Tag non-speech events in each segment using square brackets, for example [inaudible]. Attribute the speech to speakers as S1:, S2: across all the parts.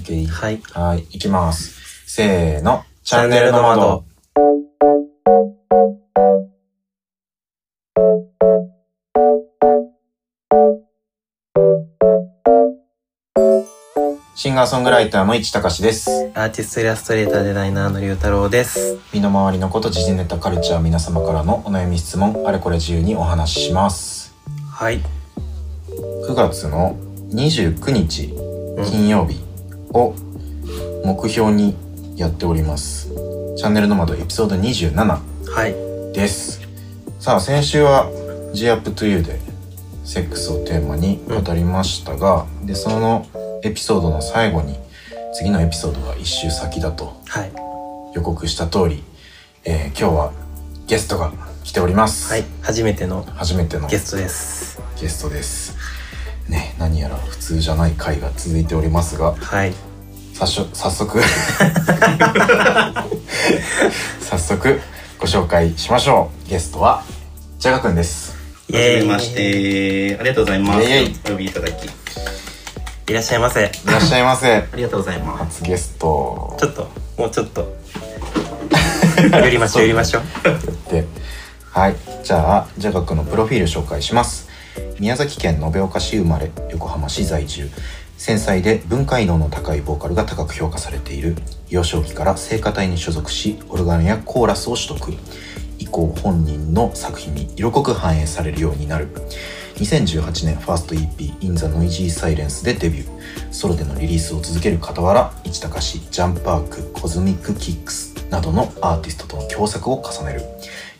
S1: っていい
S2: はい。
S1: はい、いきます。せーの、チャンネルの窓。シンガーソングライターの市隆です。
S2: アーティストイラストレーターデザイナーの龍太郎です。
S1: 身の回りのこと、時事ネタ、カルチャー、皆様からのお悩み、質問、あれこれ自由にお話しします。
S2: はい。
S1: 9月の29日、
S2: うん
S1: 金曜日を目標にやっております。チャンネルの窓エピソード27。
S2: はい。
S1: ですさあ先週は「GUPTOYOU」でセックスをテーマに語りましたが、でそのエピソードの最後に次のエピソードが一周先だと
S2: はい。
S1: 予告した通り、えー今日はゲストが来ております、
S2: はい。初めての
S1: 初めてのゲ
S2: ゲストです。
S1: ストですね何やら普通じゃない回が続いておりますが
S2: はい。
S1: 早速 [laughs] 早速早速ご紹介しましょうゲストはジャガくんです
S2: イ
S3: は
S2: エーイ
S3: じめまして。ありがとうございます
S1: イエーイ。
S3: お呼びいただき。
S2: いらっしゃいませ。
S1: いらっしゃいませ
S3: ありがとうございま
S1: 初ゲスト
S2: ちょっと、もうちょっと。寄りましょう、寄りましょう。
S1: ではいじゃあジャガ君のプロフィール紹介します宮崎県延岡市生まれ横浜市在住繊細で文化異能の高いボーカルが高く評価されている幼少期から聖歌隊に所属しオルガンやコーラスを取得以降本人の作品に色濃く反映されるようになる2018年ファースト EP「In the Noisy Silence」でデビューソロでのリリースを続ける傍ら市高市ジャンパークコズミックキックスなどのアーティストとの共作を重ねる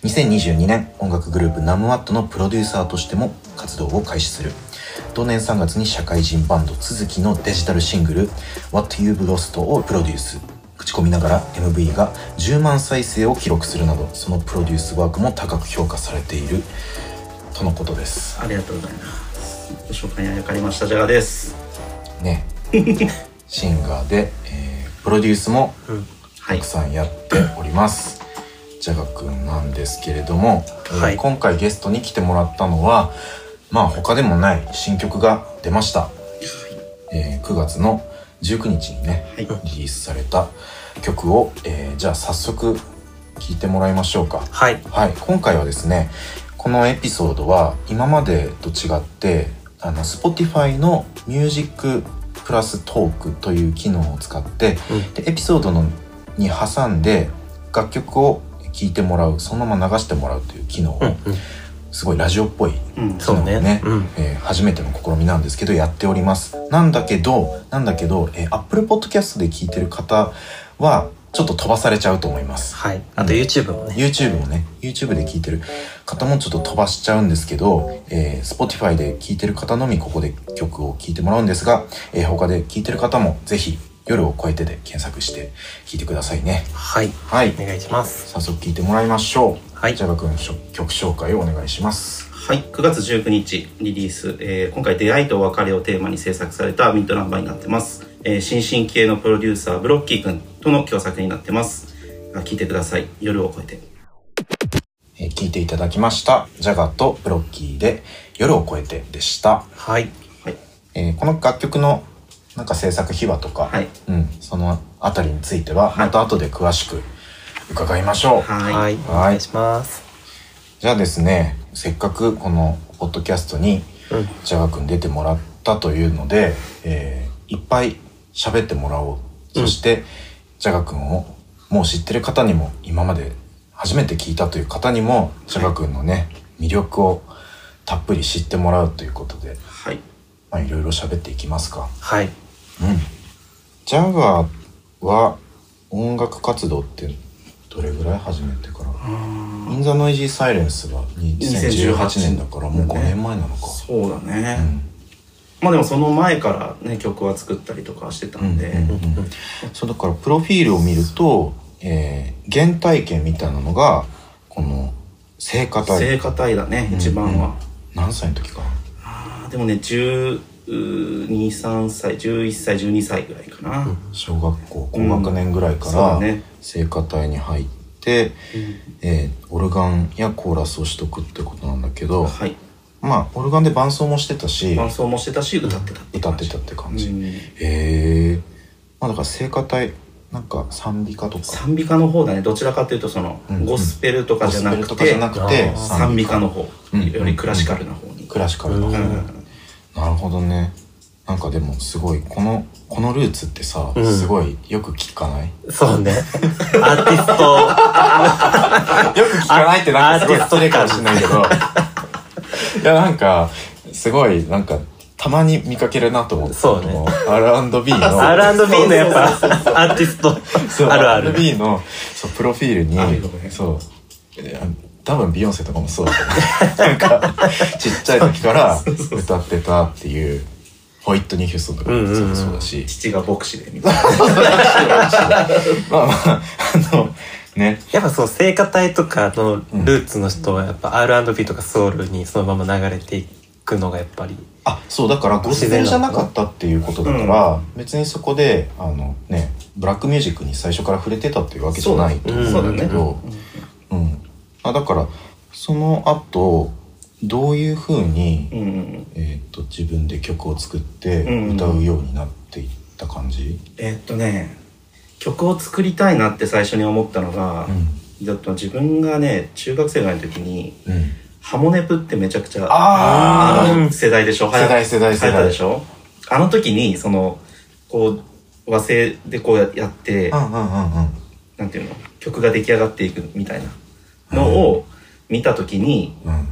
S1: 2022年音楽グループナムワットのプロデューサーとしても活動を開始する同年3月に社会人バンド続きのデジタルシングル「What You've Lost」をプロデュース口コミながら MV が10万再生を記録するなどそのプロデュースワークも高く評価されているとのことです
S3: す。ありがとうございます。ご紹介にあやかりました。ジャガです。
S1: ねシンガーで、えープロデュースも
S2: うん。
S3: は
S1: た
S3: い
S1: く。さんやっております。ジャガ君なんですけれども、
S2: はい
S1: えー今回ゲストに来てもらったのはまあ他でもない新曲が出ました、えー9月の19日にね、
S3: は
S1: リリ
S3: い
S1: ースされた曲を、えーじゃあ早速聴いてもらいましょうか
S2: はい。
S1: はい、今回はですねこのエピソードは今までと違ってあの Spotify の「ミュージックプラストーク」という機能を使って、
S2: うん
S1: でエピソードのに挟んで楽曲を聴いてもらうそのまま流してもらうという機能を、
S2: うん。うん。
S1: すごいラジオっぽい、
S3: うん。
S2: そうね。
S1: ね
S2: うん。
S1: えー初めての試みなんですけどやっておりますなんだけどなんだけど、えー、Apple Podcast で聴いてる方はちょっと飛ばされちゃうと思います
S2: はい。あと YouTube もね。
S1: YouTube もね YouTube で聞いてる方もちょっと飛ばしちゃうんですけど、えー Spotify で聞いてる方のみここで曲を聴いてもらうんですが、えー他で聞いてる方もぜひ「夜を越えて」で検索して聴いてくださいね
S2: はい。
S1: はい
S2: お願いします。
S1: 早速聴いてもらいましょう
S2: はい
S1: ジャガ君しょ曲紹介をお願いします
S3: はい。9月19日リリース、えー今回出会いと別れをテーマに制作されたミッドナンバーになってます。えー新進気鋭のプロデューサー、ブロッキー君との共作になってます。あ聞いてください。夜を越えて。
S1: えー聴いていただきましたジャガとブロッキーで「夜を越えて」でした、
S2: はい。
S3: はい。
S1: えーこの楽曲のなんか制作秘話とか、
S3: はい。
S1: うん、そのあたりについてはまた後で詳しく伺いましょう、
S3: は。
S2: はいい。お願いします。
S1: じゃあですねせっかくこのポッドキャストに
S2: うん。
S1: ジャガ君出てもらったというので、えーいっぱい喋ってもらおうそして、ジャガ君をもう知ってる方にも今まで初めて聞いたという方にもジャガ君のね魅力をたっぷり知ってもらうということで、
S3: はい。
S1: まあ、いろいろ喋っていきますか。
S2: はい。
S1: うん、ジャガは音楽活動ってどれぐらい始めてからインザノイジーサイレンスが2018
S3: 2018
S1: 年だからもう5年前なのか。
S3: そうだね。
S1: うん
S3: まあでもその前からね曲は作ったりとかはしてた
S1: うんん
S3: で、
S1: うんうんそうだからプロフィールを見ると、えー原体験みたいなのがこの聖歌
S3: 聖
S1: 隊
S3: 歌隊だね、
S1: うん
S3: 一番は、
S1: 何歳の時かな
S3: あーでもね1213歳11歳12歳ぐらいかな、
S1: 小学校高学年ぐらいか
S3: そうだ
S1: ら
S3: ね
S1: 聖歌隊に入って、えーオルガンやコーラスをしとくってことなんだけど、
S3: はい
S1: まあオルガンで伴奏もしてたし
S3: 伴奏もしてたし歌ってたっていう
S1: 歌
S3: 感
S1: って
S3: じ
S1: たって感
S3: う
S1: じ。
S3: ん
S1: へえ。まあだから聖歌隊なんか賛美歌とか
S3: 賛美歌の方だねどちらかというとその
S1: うん
S3: ゴスペルとか
S1: ゴ
S3: じゃ
S1: スペ
S3: な
S1: ル
S3: く
S1: とかじ
S3: て
S1: ゃなくて
S2: あー
S3: 賛美歌の方
S1: うん
S3: よりクラシカルな方に
S1: クラシカルの
S3: う
S1: 方
S3: ん
S1: なるほどねなんかでもすごいこのこのルーツってさ、
S2: うん
S1: すごいよく聞か
S3: [laughs]
S1: ないよ
S2: そうね。アーティスト、
S1: く聞かないってなんかすごいストレーかもしれないけど
S3: [laughs]
S1: いやなんかすごいなんかたまに見かけるなと思って
S2: そうね
S1: この R&B の
S2: R&B のやっぱ、アーティス
S1: そう
S2: ト、あるある。
S1: R&B のそうプロフィールに
S3: あるよね
S1: そういや多分ビヨンセとかもそうだけどなんかちっちゃい時から歌ってたっていうホイットニー・ヒューストンとかもそうそうだし、
S3: 父が牧師でみたいな
S1: まあまああのね
S2: やっぱその聖歌隊とかのルーツの人はやっぱ R&B とかソウルにそのまま流れていくのがやっぱり。
S1: あそうだからゴスペルじゃなかったっていうことだから、別にそこであのねブラックミュージックに最初から触れてたっていうわけじゃないと思
S3: そう
S1: う
S3: だ
S1: んだ
S3: ね
S1: けど、うん、あだからその後どういうふうに、
S3: うんうん
S1: えー、と自分で曲を作って
S3: うんうん
S1: 歌うようになっていった感じ、
S3: えーっとね曲を作りたいなって最初に思ったのが
S1: うん
S3: だと自分がね中学生ぐらいの時に
S1: うん、
S3: ハモネプってめちゃくちゃ
S1: あ
S2: ー
S3: の世代でしょ
S1: 世代世代世代
S3: 流行ったでしょあの時にそのこう和製でこうややって
S1: うんうんうんうん
S3: なんていうの曲が出来上がっていくみたいなのを見た時に
S1: うんうん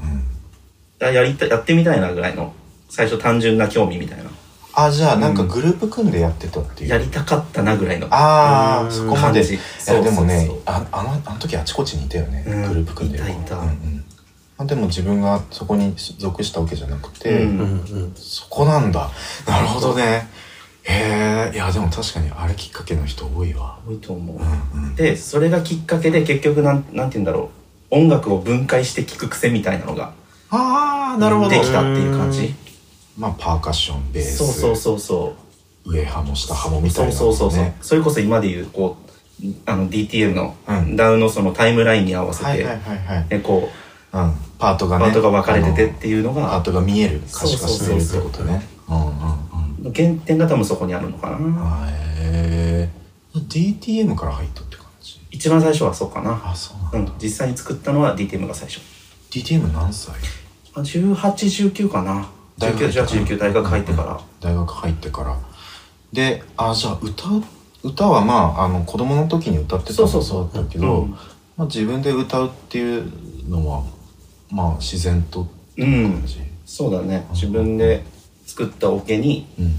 S3: あやりたやってみたいなぐらいの最初単純な興味みたいな
S1: あじゃあなんかグループ組んでやってたっていう、
S3: やりたかったなぐらいの
S1: あ
S2: う
S1: あ
S2: ん
S1: そこまで
S3: 感
S1: い
S3: じ
S1: や
S3: そう
S1: でもね
S3: そうそう
S1: ああのあの時あちこちにいたよね、
S3: うん
S1: グループ組んで
S3: いたいた
S1: うんうんまあ、でも自分がそこに属したわけじゃなくて、
S3: うん
S2: うん
S1: そこなんだなるほどねへえいやでも確かにあれきっかけの人多いわ
S3: 多いと思う
S1: うんうん
S3: でそれがきっかけで結局なんなんて言うんだろう音楽を分解して聴く癖みたいなのが
S1: ああなるほど
S3: できたっていう感じ
S1: まあパーカッションベース
S3: そうそうそうそう
S1: 上ハモ下ハモみたいな、ね、
S3: そうそうそうそうそれこそ今でいうこうあの DTM の
S1: うん
S3: ダウンのそのタイムラインに合わせ
S1: はい
S3: て、
S1: はいはいはい、
S3: ねこ
S1: うん、パート
S3: う
S1: がね
S3: パートが分かれててっ
S1: あ
S3: ていうの
S1: のパー
S3: が
S1: トが見える可視化してるってことねうんうんうん
S3: 原点が多分そこにあるのかな
S1: あへえ DTM から入ったって感じ
S3: 一番最初はそうかな
S1: あそうなんだ、
S3: うん実際に作ったのは DTM が最初
S1: DTM 何歳
S3: あ1819かな
S1: 大学入ってから
S3: 1919大学入ってから
S1: 大学入ってからであじゃあ歌う歌はまああの子供の時に歌ってた
S3: そ
S1: の
S3: うそうそう
S1: そうだったけど、
S3: うん
S1: まあ、自分で歌うっていうのはまあ自然とっていう感じ、
S3: そうだね自分で作ったオケに
S1: うん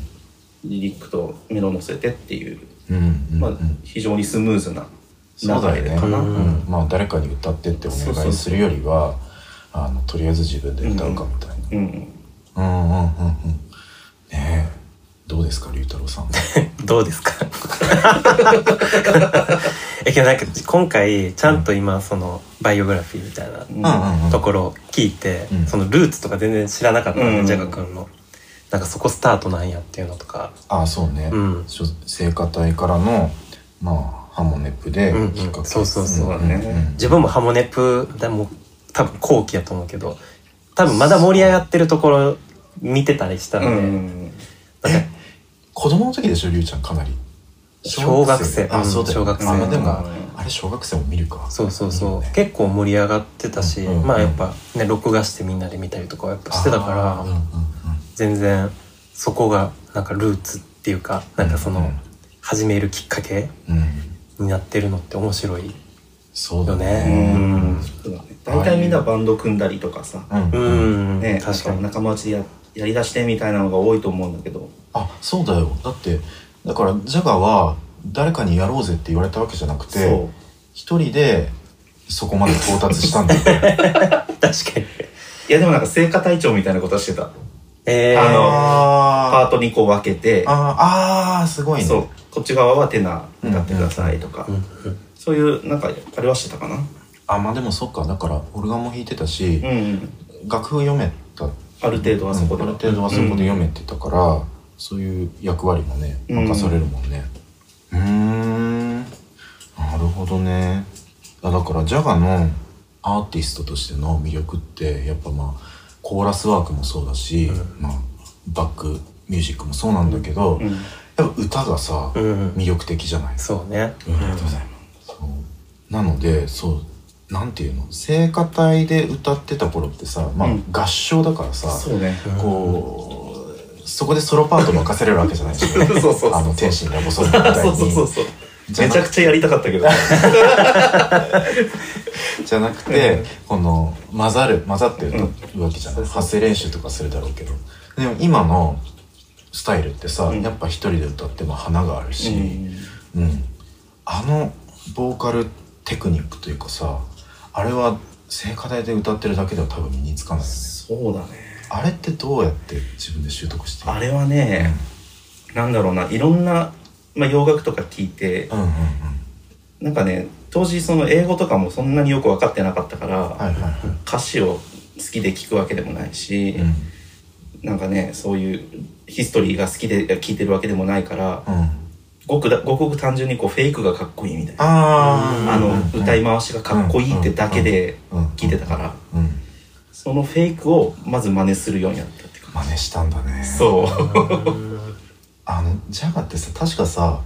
S3: リリックとメロ乗せてっていう、
S1: うんうん
S3: ま
S1: う
S3: あ
S1: ん、
S3: 非常にスムーズな
S1: そうだ
S3: 流
S1: よ
S3: れ
S1: ね、
S3: か
S1: う
S3: な、
S1: ん、まあ誰かに歌ってってお
S3: そうそ
S1: 願
S3: う
S1: いするよりはあのとりあえず自分で歌うかみたいな、
S3: うん
S1: うん、うんうんうんねえどうですか龍太郎さん
S2: どうです
S3: [laughs]
S2: かえけどなんか今回ちゃんと今そのバイオグラフィーみたいな
S3: うん
S1: うんうん
S2: ところを聞いて、
S1: うん
S2: そのルーツとか全然知らなかった
S3: うん
S2: ね、ジャガ君の。なんかそこスタートなんやっていうのとか。
S1: ああそうね、
S2: うん
S1: しょ聖歌隊からのまあハモネプで
S2: うんうん
S1: きっかけ、
S2: そうそうそう
S3: だね
S2: 自分もハモネプでも多分後期やと思うけど、多分まだ盛り上がってるところ見てたりしたの
S3: う
S2: で、
S3: ん
S2: なんか
S1: 子供の時でしょ龍ちゃんかなり
S2: 小学生
S1: あそうだよ
S2: うん小学生
S1: あまあでも
S3: うん
S1: あれ小学生も見るか
S2: そうそうそう、
S1: ね
S2: 結構盛り上がってたし、
S1: うん
S2: まあやっぱね録画してみんなで見たりとかはやっぱしてたから、
S1: あーうんうんうん
S2: 全然そこがなんかルーツっていうかなんかそ
S1: うん
S2: の始めるきっかけ
S1: うん、
S2: になってるのって面白い
S1: そうだ
S2: よ
S1: ね。
S2: ね。うん
S3: そうだね大体みんなバンド組んだりとかさ、
S1: うん
S2: う
S1: うん
S2: ん、
S3: ね、
S2: 確かに。
S3: 仲間内でややりだしてみたいなのが多いと思うんだけど
S1: あそうだよだってだからジャガは誰かにやろうぜって言われたわけじゃなくて一人でそこまで到達したんだよね
S2: 確かに。
S3: いやでもなんか聖火隊長みたいなことしてた
S2: え
S3: [laughs] あ
S2: ー、
S3: のパ
S1: あ
S3: ートにこう分けて
S1: ーあーあーすごいね
S3: そうこっち側はテナー歌ってくださいとか、
S2: うん
S3: そういうなんかあれはしてたかな
S1: あまあでもそっかだからオルガンも弾いてたし、
S3: うんうん
S1: 楽譜読めた
S3: ある程度はそこで
S1: うんある程度はそこで読めてたから、そういう役割もね
S3: うん
S1: 任されるもんねうーんなるほどねあだからジャガのアーティストとしての魅力ってやっぱまあコーラスワークもそうだし、まあ、バックミュージックもそうなんだけど、
S3: うん
S1: ややっぱ歌がさ、
S2: うん
S1: 魅力的じゃない
S2: そ
S1: [laughs]
S2: うね
S1: うんありがとうございますそうなのでそうなんていうの聖歌隊で歌ってた頃ってさ、まあ
S3: うん
S1: 合唱だからさ、
S3: そうね。
S1: こうそこでソロパート任せれるわけじゃないですか
S3: [laughs] そうそうそう
S1: あの天心ラボソングみたい
S3: [laughs] そ
S1: に
S3: うそうそうそう。めちゃくちゃやりたかったけど。
S1: じゃなくて、この混ざる混ざって歌うわけじゃない、
S3: うん
S1: 発声練習とかするだろうけどでも今のスタイルってさ、
S3: ん
S1: やっぱ一人で歌っても花があるし、
S3: うん
S1: うん、あのボーカルテクニックというかさあれは聖歌台で歌ってるだけでは多分身につかないよね
S3: そうだね。
S1: あれってどうやって自分で習得して
S3: あれはね、なんだろうな、いろんな、まあ、洋楽とか聞いて
S1: う、んうんうん
S3: なんかね、当時その英語とかもそんなによく分かってなかったから、
S1: はいはいは
S3: 歌詞を好きで聞くわけでもないし、
S1: いうん
S3: なんかね、そういうヒストリーが好きで聞いてるわけでもないから、
S1: うん
S3: ごくだごくごく単純にこうフェイクがかっこいいみたいな。
S1: あー
S3: あの、歌い
S1: ま
S3: 回しがかっこいいってだけで
S1: うん
S3: 聞いてたから、
S1: うん
S3: そのフェイクをまず真似するようになったっていうか。
S1: 真似したんだね
S3: そう。
S1: あのジャガってさ確かさ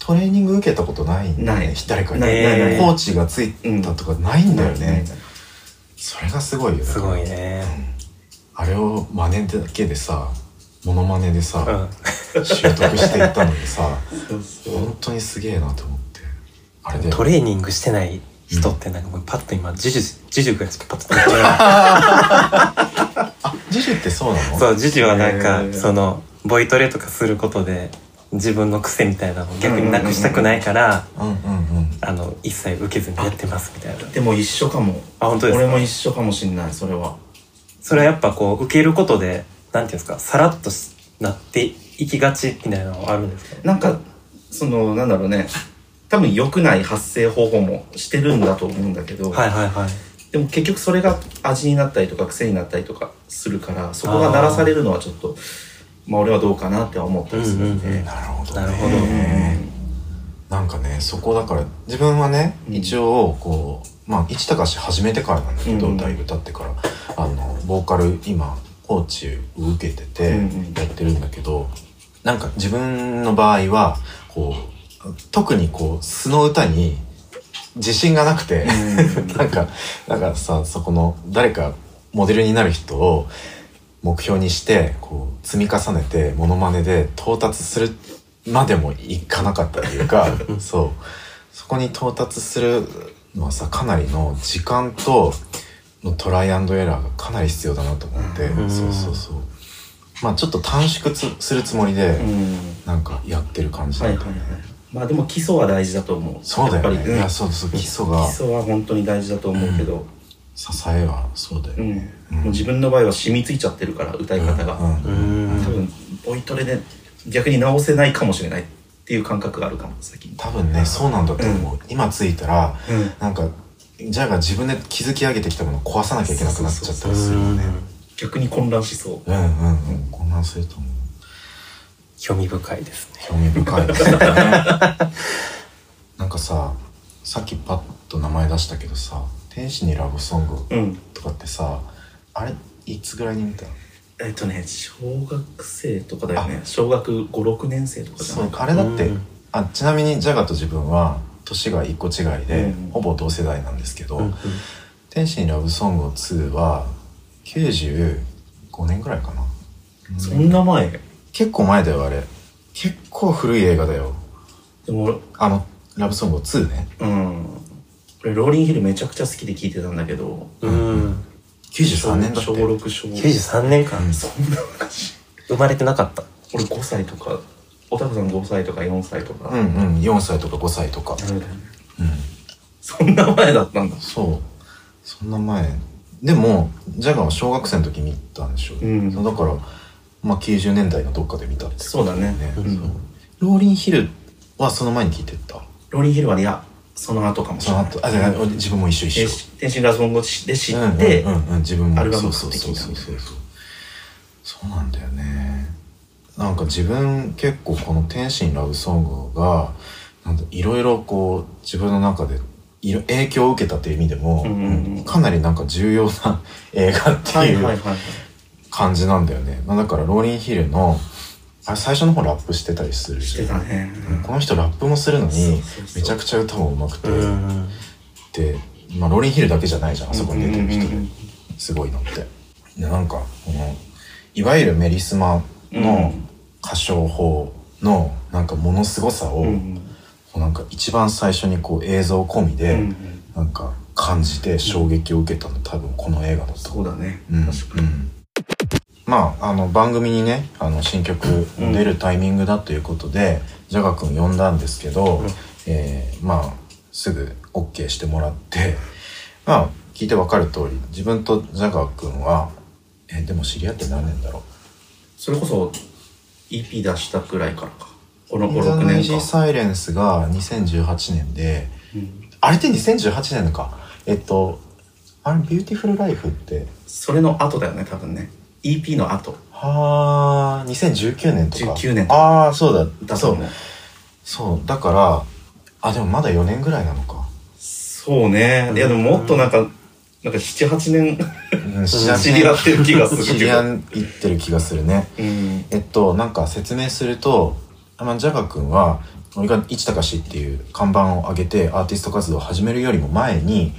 S1: トレーニング受けたことないんだよね
S3: ない
S1: 誰かに
S3: ない
S2: ないない
S1: コーチがついたとかないんだよね、それがすごいよね
S2: すごいね
S1: あれを真似だけでさモノマネでさ、
S2: うん
S1: 習得していったのにさ
S3: そうそう。
S1: 本当にすげえなと思ってあれで
S2: トレーニングしてない人ってなんかもうパッと今呪術呪術がパッと出てきた
S1: ジュジュってそうなの
S2: そう呪術はなん
S3: へー
S2: かそのボイトレとかすることで自分の癖みたいなのを逆になくしたくないから
S1: うんうんうん
S2: あの一切受けずにやってますみたいな
S3: でも一緒かも。
S2: あ本当ですか
S3: 俺も一緒かもしんない、それは。
S2: それはやっぱこう受けることでなんていうんですかさらっとしなっていきがちみたいなのはあるんですかね
S3: なんか、その、なんだろうね。多分良くない発声方法もしてるんだと思うんだけど、
S2: はいはいはい
S3: でも結局それが味になったりとか癖になったりとかするから、そこが鳴らされるのはちょっと、まあ俺はどうかなっては思ったりするんで。
S2: うんうんうん
S1: なるほど、ね、
S2: なるほど
S1: なんかねそこだから自分はね、
S3: うん
S1: 一応こうまあ一高し始めてからなんだけど、
S3: うん
S1: だいぶ経ってからあのボーカル今コーチを受けてて
S3: うんうん
S1: やってるんだけど、なんか自分の場合はこう特にこう素の歌に自信がなくて、 [laughs] なんかなんかさそこの誰かモデルになる人を目標にしてこう積み重ねてモノマネで到達するまでもいかなかったというか
S3: [laughs]
S1: そうそこに到達するのはさかなりの時間とのトライアンドエラーがかなり必要だなと思って、
S2: ん
S1: そうそうそうまあちょっと短縮つするつもりで、
S3: うん
S1: なんかやってる感じ
S3: は
S1: だ
S3: い
S1: っ
S3: は
S1: た
S3: い
S1: ね、
S3: はい。まあでも基礎は大事だと思う。
S1: そうだよ
S3: やっ
S1: ね
S3: ぱり
S1: い
S3: うん
S1: やそうそう基礎が
S3: 基礎は本当に大事だと思うけど、
S1: 支えはそうだよ
S3: う
S1: ね、
S3: んもう自分の場合は染みついちゃってるから歌い方が、
S1: うんうん
S2: うーん
S3: 多分ボイトレで逆に直せないかもしれないっていう感覚があるかも先に
S1: 多分ねそうなんだと思う、今ついたら、
S3: うん
S1: なんかじゃが自分で築き上げてきたものを壊さなきゃいけなくなっちゃったりするよね
S3: 逆に混乱しそう
S1: うんうんうん混乱すると思う
S2: 興味深いですね
S1: 興味深いですねなんかささっきパッと名前出したけどさ「天使にラブソング
S3: うん」
S1: とかってさ、あれいつぐらいに見たの
S3: えっとね小学生とかだよね
S1: あ
S3: 小学56年生とかじゃ
S1: そ
S3: ないうか
S1: あれだって、
S2: うん
S1: あちなみにジャガと自分は年が一個違いで、
S3: うん
S1: ほぼ同世代なんですけど、
S2: うんうん
S1: 天使にラブソングを2は95年ぐらいかな
S3: そんな前
S1: 結構前だよあれ結構古い映画だよ
S3: でも
S1: あのラブソングを2ね
S3: うん俺ローリンヒルめちゃくちゃ好きで聴いてたんだけど
S2: うん
S1: 93年だって
S3: 小6小5
S2: 93年間
S1: うん
S3: そんな昔
S2: 生まれてなかった
S3: 俺5歳とかおたくさん5歳とか4歳とか、
S1: うんうん4歳とか5歳とか
S3: なるほどね
S1: うん
S3: そんな前だったんだ
S1: そうそんな前でもジャガは小学生の時見たんでしょ、
S3: うん
S1: だからまあ90年代のどっかで見たってこと
S3: そうだね
S1: ね、
S3: うん
S1: そうローリンヒルはその前に聞いてった
S3: ローリンヒルはねいやその後かもし
S1: そ
S3: れ
S1: の
S3: ない
S1: 後あじゃあ俺自分も一緒一緒
S3: 天使天心ラソングで知って、
S1: うんうんうんうん自分も
S3: アルバム
S1: そうそうそうそう
S3: 買ってきたみたいな
S1: そうそうなんだよねなんか自分結構この「天心ラブソングが」なんだいろいろこう自分の中でいろ影響を受けたという意味でも、
S3: うんうんうん
S1: かなりなんか重要な映画って
S3: はい
S1: い
S3: はいうはいはい
S1: 感じなんだよね、まあ、だからローリンヒルのあれ最初の方ラップしてたりする
S3: し
S1: して
S3: たね。
S1: この人ラップもするの
S3: そう
S1: に
S3: そうそ
S1: め
S3: う
S1: ちゃくちゃ歌も上手くて、
S2: うん
S1: で、まあ、ローリンヒルだけじゃないじゃんあそこに出てる人
S3: うんうんうん
S1: すごいのってでなんかこのいわゆるメリスマの
S3: うん
S1: 歌唱法のなんかものすごさを、
S3: うん
S1: こうなんか一番最初にこう映像込み
S3: うんう
S1: で、
S3: ん
S1: なんか感じて衝撃を受けたの多分この映画だと
S3: そうだね。
S1: うん
S3: 確か
S1: う
S3: に。
S1: んまあ、あの番組にねあの新曲出るタイミングだということで、ジャガ君呼んだんですけど、
S2: うん
S1: えーまあすぐ OK してもらって [laughs] まあ聞いてわかる通り自分とジャガ君はえーでも知り合って何年だろう
S3: それこそ EP 出したくらいからか。
S1: 「
S3: この
S1: イ
S3: 5、
S1: ザ
S3: 6
S1: ナイ
S3: 年
S1: ジー
S3: か。
S1: サイレンスが2018年で
S3: うん
S1: あれって2018年のかえっとあれ「ビューティフルライフって
S3: それの後だよね、多分ね。EP の後。
S1: はあ2019年とか
S3: 19年とか
S1: ああそうだ
S3: だ
S1: そ
S3: と
S1: う
S3: 思う。
S1: そうだからあでもまだ4年ぐらいなのか、
S3: そうね。いや、でももっとなんか、なんか7、8年
S1: うん、
S3: 知り合ってる気がするけど
S1: 知り合ってる気がするね
S3: うん。
S1: えっとなんか説明するとあまあジャガ君は俺が市高氏っていう看板を上げてアーティスト活動を始めるよりも前に、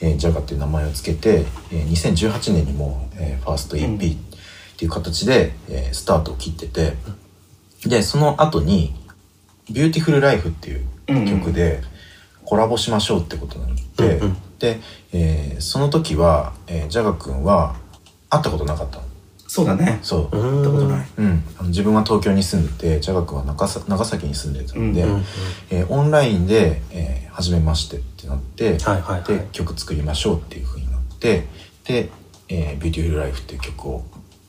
S1: えージャガっていう名前をつけて、えー2018年にもう、えーファースト
S3: うん
S1: EP っていう形で、えースタートを切っててでその後に「ビューティフルライフっていう曲でコラボしましょうってことになって、
S2: うんうん
S1: で、えーその時は、えージャガ君は会ったことなかったの
S3: そうだね。
S1: そう、
S2: うん
S3: ったことない。
S1: うん、あの自分は東京に住んでて、ジャガ君は長さ長崎に住んでたんで、
S3: うん
S2: うん
S1: えーオンラインで、えー初めましてってなって、
S2: はいはいはい
S1: で、曲作りましょうっていう風になって、で、えー、Beautiful Life っていう曲を、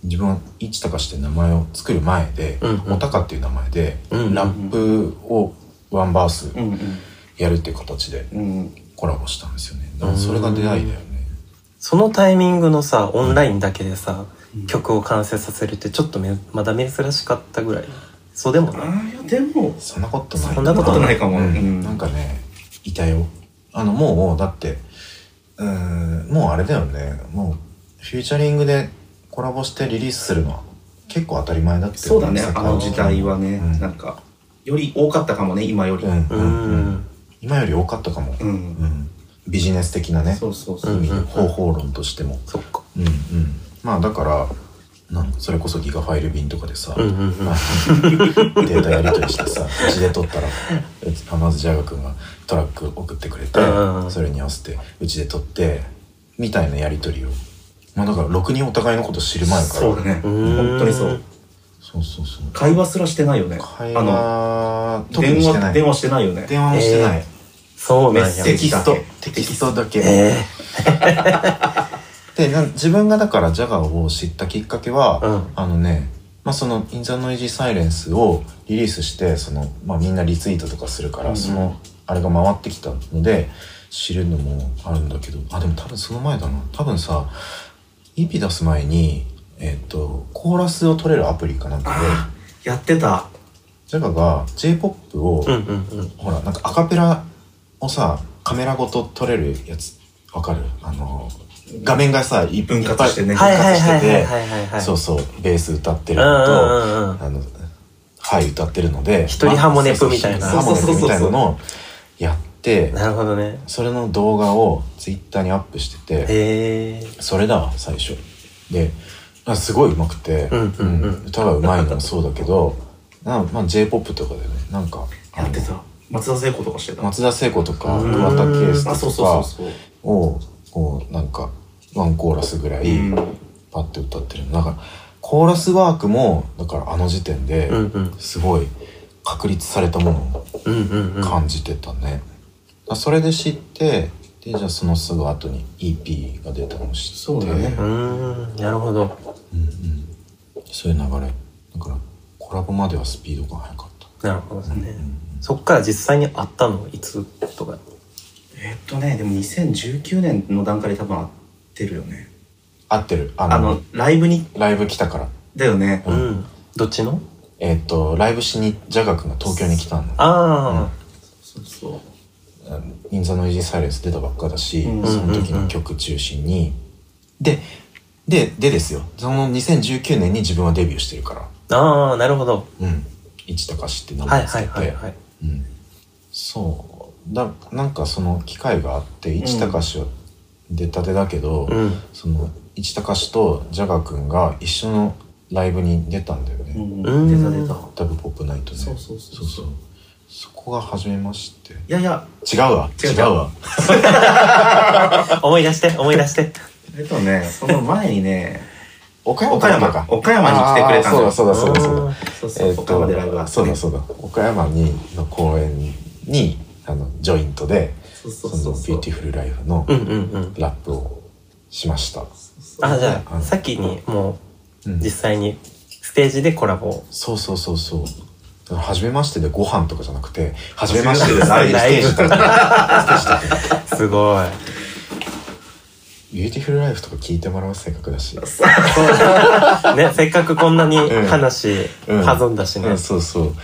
S1: 自分は市高して名前を作る前で、
S2: うんうん
S1: おたかっていう名前で、
S2: うんうん
S1: ラップをワンバース
S3: うん
S1: やるっていう形で
S3: うん。うん。
S1: コラボしたんですよね。だからそれが出会いだよね。
S2: そのタイミングのさオンラインだけでさ、曲を完成させるってちょっとめまだ珍しかったぐらいそうでもない
S3: ああ、いや、でも、
S1: そんなことない。
S2: そんなこと
S3: ないかも
S1: うん
S3: うん
S1: なんかね、いたよ。あの、もう、だって、うーん、もうあれだよね。もう、フューチャリングでコラボしてリリースするのは結構当たり前だって
S3: そうだね、あの時代はね、
S1: うん
S3: なんか、より多かったかもね、今より。
S1: う
S3: うん
S1: ん、うん、うん。今より多かったかも。
S3: う。
S1: うんん。ビジネス的なね、
S3: そうそうそ
S2: う
S3: う。
S2: んうん
S1: 方法論としても。
S2: そっか
S1: うん、うん。まあ、だから、なんそれこそギガファイル便とかでさ、
S2: うんうんうん
S1: まあデータやり取りしてさうちで撮ったらうちまずジャガ君がトラック送ってくれて
S2: うんうん
S1: それに合わせてうちで撮ってみたいなやり取りをまあだからろくにお互いのこと知る前から
S3: そうだね。
S2: うん
S3: 本当にそう。
S1: そうそうそう
S3: 会話すらしてないよね。
S1: 会
S3: あの、
S1: 話特
S3: 電
S1: にしてな
S3: 話、
S1: い
S3: 電話してないよね。
S1: 電話もしてない、
S2: そうなん
S3: メッ
S2: や
S3: セー
S1: テ
S3: ジ
S1: キス
S3: だ
S1: ト
S3: け
S1: テキストだけ、
S2: え
S1: でなん自分がだからジャガーを知ったきっかけは、
S2: うん
S1: あのねまあその「イン・ザ・ノイジー・サイレンス」をリリースしてその、まあ、みんなリツイートとかするから、
S3: うん
S1: そのあれが回ってきたので知るのもあるんだけどあでも多分その前だな多分さ EP 出す前にえっ、とコーラスを取れるアプリかなんかで
S3: ああ、やってた。
S1: ジャガが j p o p を、
S2: うんうんうん
S1: ほらなんかアカペラをさカメラごと撮れるやつわかるあの画面がさい
S3: 分割してね
S1: いっぱ
S2: はいい
S1: 分
S2: は
S1: 割
S2: い
S1: し
S2: は
S1: て
S2: いはい
S1: て
S2: はいはいはい
S1: そうそうベース歌ってる
S2: うんう
S1: のと
S2: んうんうん
S1: あのはい歌ってるので
S2: 一人ハモネプみたいな
S1: まあそうそうそうハモネプみたいなのをやって
S2: なるほどね
S1: それの動画をツイッターにアップしてて
S2: へえ
S1: それだわ最初であすごい上手くて、
S2: うんうんうん
S1: 歌が上手いのもそうだけどなまあ j p o p とかだよねなんかあ
S3: や
S1: の
S3: ってた。松田聖子とかしてた。
S1: 松田聖子とか
S2: うん
S1: 桑田佳
S3: あ、そ
S1: 祐と
S3: うそう
S1: か
S3: そうそう。
S1: をこうなんかワンコーラスぐらい
S3: うん
S1: パッて歌ってるのだからコーラスワークもだからあの時点で
S2: うんうん
S1: すごい確立されたものを
S2: うんうんうん
S1: 感じてたね、だそれで知ってでじゃあそのすぐ後に EP が出たのを知って
S3: そうだね
S2: うーんなるほど
S1: うんうんそういう流れだからコラボまではスピードが速かった
S2: なるほどねそっから実際に会ったのいつとか
S3: えーっとね、でも2019年の段階で多分合ってるよね。
S1: 合ってるあの
S3: あの、ライブに、
S1: ライブ来たから
S3: だよね。
S2: うんどっちの
S1: えっ、とライブしにジャガ君が東京に来たの
S2: あ
S3: そうそう。
S1: インザノイジーサイレンス出たばっかだし、
S3: うん
S1: その時の曲中心に、でででですよその2019年に自分はデビューしてるから
S2: ああなるほど
S1: うん、市高しって名
S2: は
S1: 前
S2: い
S1: をつ
S2: は
S1: け
S2: い
S1: て、
S2: はいはい
S1: うん、そうだなんかその機会があって市高しを出たてだけど、
S2: うん
S1: その市高しとジャガー君が一緒のライブに出たんだよね、
S3: うん、
S2: うん
S3: 出た出た。
S1: ダブポップナイトね
S3: そうそうそうそう
S1: そうそこが初めまして
S3: いやいや、
S1: 違うわ
S3: 違う違う
S1: わ
S2: 思い出して思い出して
S3: えっとね、その前にね、
S1: 岡山
S3: 岡山
S1: か
S3: か。岡山に来てくれたんだ
S1: あ
S3: よ。
S1: ーそうだそうだそうだそうだ
S2: あー
S3: そうそう
S1: えーっ
S3: 岡山でライブがあ
S1: と
S3: って
S1: そうだそうだ岡山にの公演にあのジョイントで
S3: そう
S1: そ
S3: そ
S1: う
S3: そう
S1: の
S3: そう
S1: ビューティフルライフの
S2: うんうんうん
S1: ラップをしました、
S2: あじゃ
S1: う
S2: あ
S1: ん
S2: 先にも
S1: う
S2: うん実際にステージでコラボを
S1: そうそうそうそうだから初めましてでご飯とかじゃなくて初めましてでライブス
S2: ライ
S1: テー
S2: ブ
S1: ジとか
S2: すごい
S1: [laughs] ビューティフルライフとか聞いてもらう性格だし
S2: ねせっかくこんなに
S1: うん
S2: 話
S1: うん
S2: 弾んだし
S1: う
S2: ね
S1: ん、そうそう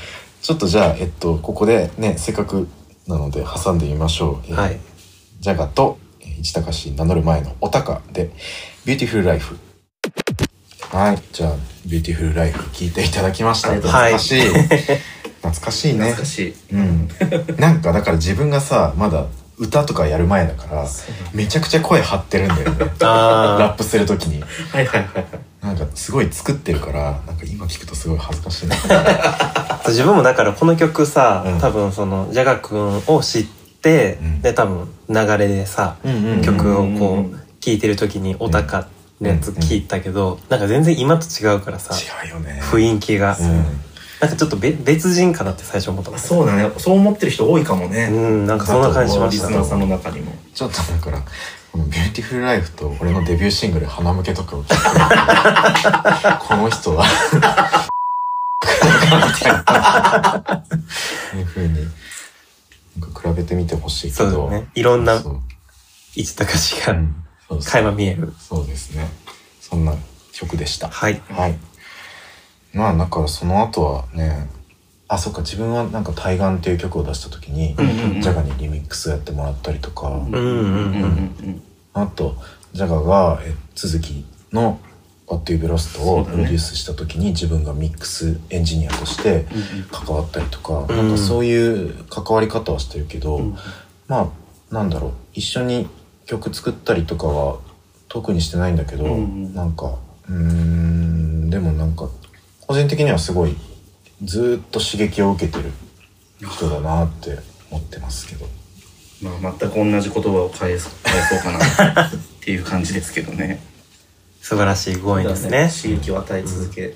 S1: ちょっとじゃあ、えっと、ここでねせっかくなので挟んでみましょう、えー
S2: はい
S1: ジャガとえー市高氏名乗る前のおたかで「ビューティフルライフ」はいじゃあ「ビューティフルライフ」聞いていただきました
S3: あり
S1: 懐
S2: とう
S3: が
S1: か
S2: ご
S1: し
S2: ざ
S1: い、懐かしいね
S3: 懐かしい。
S1: うん、なんかだから自分がさまだ歌とかやる前だからめちゃくちゃ声張ってるんだよねラ
S2: あ
S1: ップする時に
S3: はいはいはいはい。
S1: なんかすごい作ってるからなんか今聞くとすごい恥ずかしいな
S2: あ自分もだからこの曲さ、
S1: うん
S2: 多分そのジャガ君を知って、
S1: うん
S2: で多分流れでさ、曲を
S3: うん
S2: こ
S3: うんうん
S2: う聴いてる時に「おたか」のやつ聴いたけど、なんか全然今と違うからさ
S1: 違うよね
S2: 雰囲気が、
S1: うん
S2: なんかちょっとべ別人かなって最初思ったもんね
S3: そうだね。そう思ってる人多いかも
S2: う
S3: ね。
S2: んなんかそんな感じしま
S3: リ
S2: し
S3: ス
S2: た
S3: ナーさんの中にも。
S1: ちょっとだからこの「ビューティフルライフ」と俺のデビューシングル「花向け」とかを聞いてこの人はみたいなそういうふうになんか比べてみてほしいけ
S2: そ
S1: ど
S2: うだよねいろんな
S1: そう
S2: 市高氏
S1: う
S2: が
S1: んそうそう
S2: 垣間見える
S1: そうですねそんな曲でした
S2: はい
S1: はいまあだからその後はねあそっか自分はなんか「対岸」っていう曲を出した時に、
S3: うんうんうん
S1: ジャガにリミックスやってもらったりとか、
S2: うんうん
S3: うん
S2: う
S3: うんん
S1: あとジャガがえ続きの「What You b l o s t をプロデュースした時に自分がミックスエンジニアとして関わったりとか,、
S2: うん
S1: なんかそういう関わり方はしてるけど、
S3: うん。
S1: まあなんだろう一緒に曲作ったりとかは特にしてないんだけど、
S3: うんうん
S1: なんかうーんでもなんか個人的にはすごいずーっと刺激を受けてる人だなって思ってますけど。
S3: まあ全く同じ言葉を返す返そうかなっていう感じですけど
S1: [laughs]
S3: ね。
S2: 素晴らしいご縁ですね
S3: 刺激を与え続け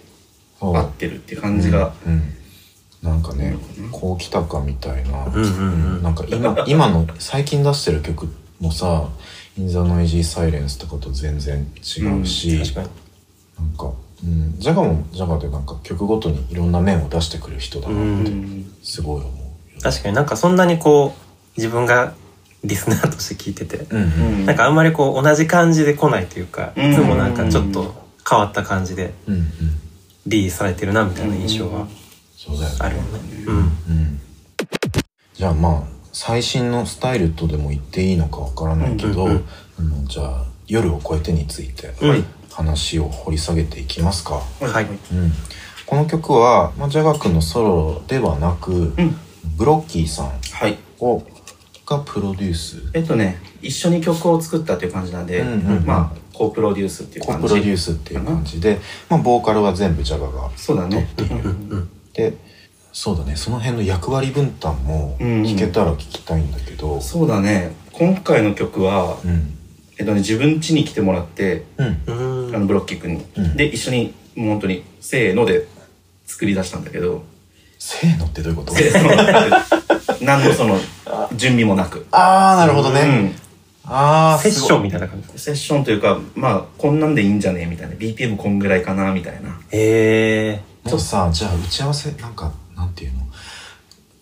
S1: そう
S3: 合ってるっていう感じが。
S1: うん、なんかね
S3: うん
S1: こう来たかみたいな、
S2: うんうんうん
S1: なんか今 [laughs] 今の最近出してる曲もさ「In the Noisy Silence」とかと全然違うし、
S2: 確かに
S1: なんか、うん、ジャガもジャガでなんか曲ごとにいろんな面を出してくる人だ
S2: う
S1: なって
S3: うん
S1: すごい思うよね、
S2: 確かになんかそんなにこう自分がリスナーとして聞いてて、
S1: うんうん
S2: なんかあんまりこう同じ感じで来ないというか、
S3: うん
S2: いつもなんかちょっと変わった感じで
S1: うんうん
S2: リリースされてるなみたいな印象は
S1: そうだよね
S2: あるよね。うん。
S1: うん、じゃあまあ最新のスタイルとでも言っていいのかわからないけど、
S2: うんうん
S1: あのじゃあ「夜を越えて」について
S2: はい
S1: 話を掘り下げていきますか、
S2: はい
S1: うん、この曲は、まあ、ジャガ君のソロではなく、
S3: うん
S1: ブロッキーさん
S3: はい。
S1: をがプロデュース
S3: えっとね、一緒に曲を作ったという感じなんで、
S1: うんうんうん
S3: まあ、コープロデュースっていう
S1: コ
S3: 感
S1: プ
S3: じ。
S1: ロデュースっていう感じで、まあ、ボーカルは全部ジャガが
S3: そうだね。
S1: でそうだねその辺の役割分担も
S3: うんうん
S1: 聞けたら聞きたいんだけど、
S3: そうだね。今回の曲は、
S1: うん
S3: えっとね、自分家に来てもらって、
S1: うん
S2: う
S3: あ
S2: ん。
S3: のブロッキー君に、
S1: うん
S3: で、一緒に、もう本当に、せーので作り出したんだけど、
S1: せーのってどういうこと
S3: せーの [laughs] で何のその、準備もなく。
S1: ああなるほどね、ああ
S2: セッション
S1: ン
S2: みたいな感じ
S3: う。ん。セッションというか、まあ、こんなんでいいんじゃねみたいな。BPM こんぐらいかなみたいな。
S2: へえ。
S1: もうさじゃあ打ち合わせなんかなんていうの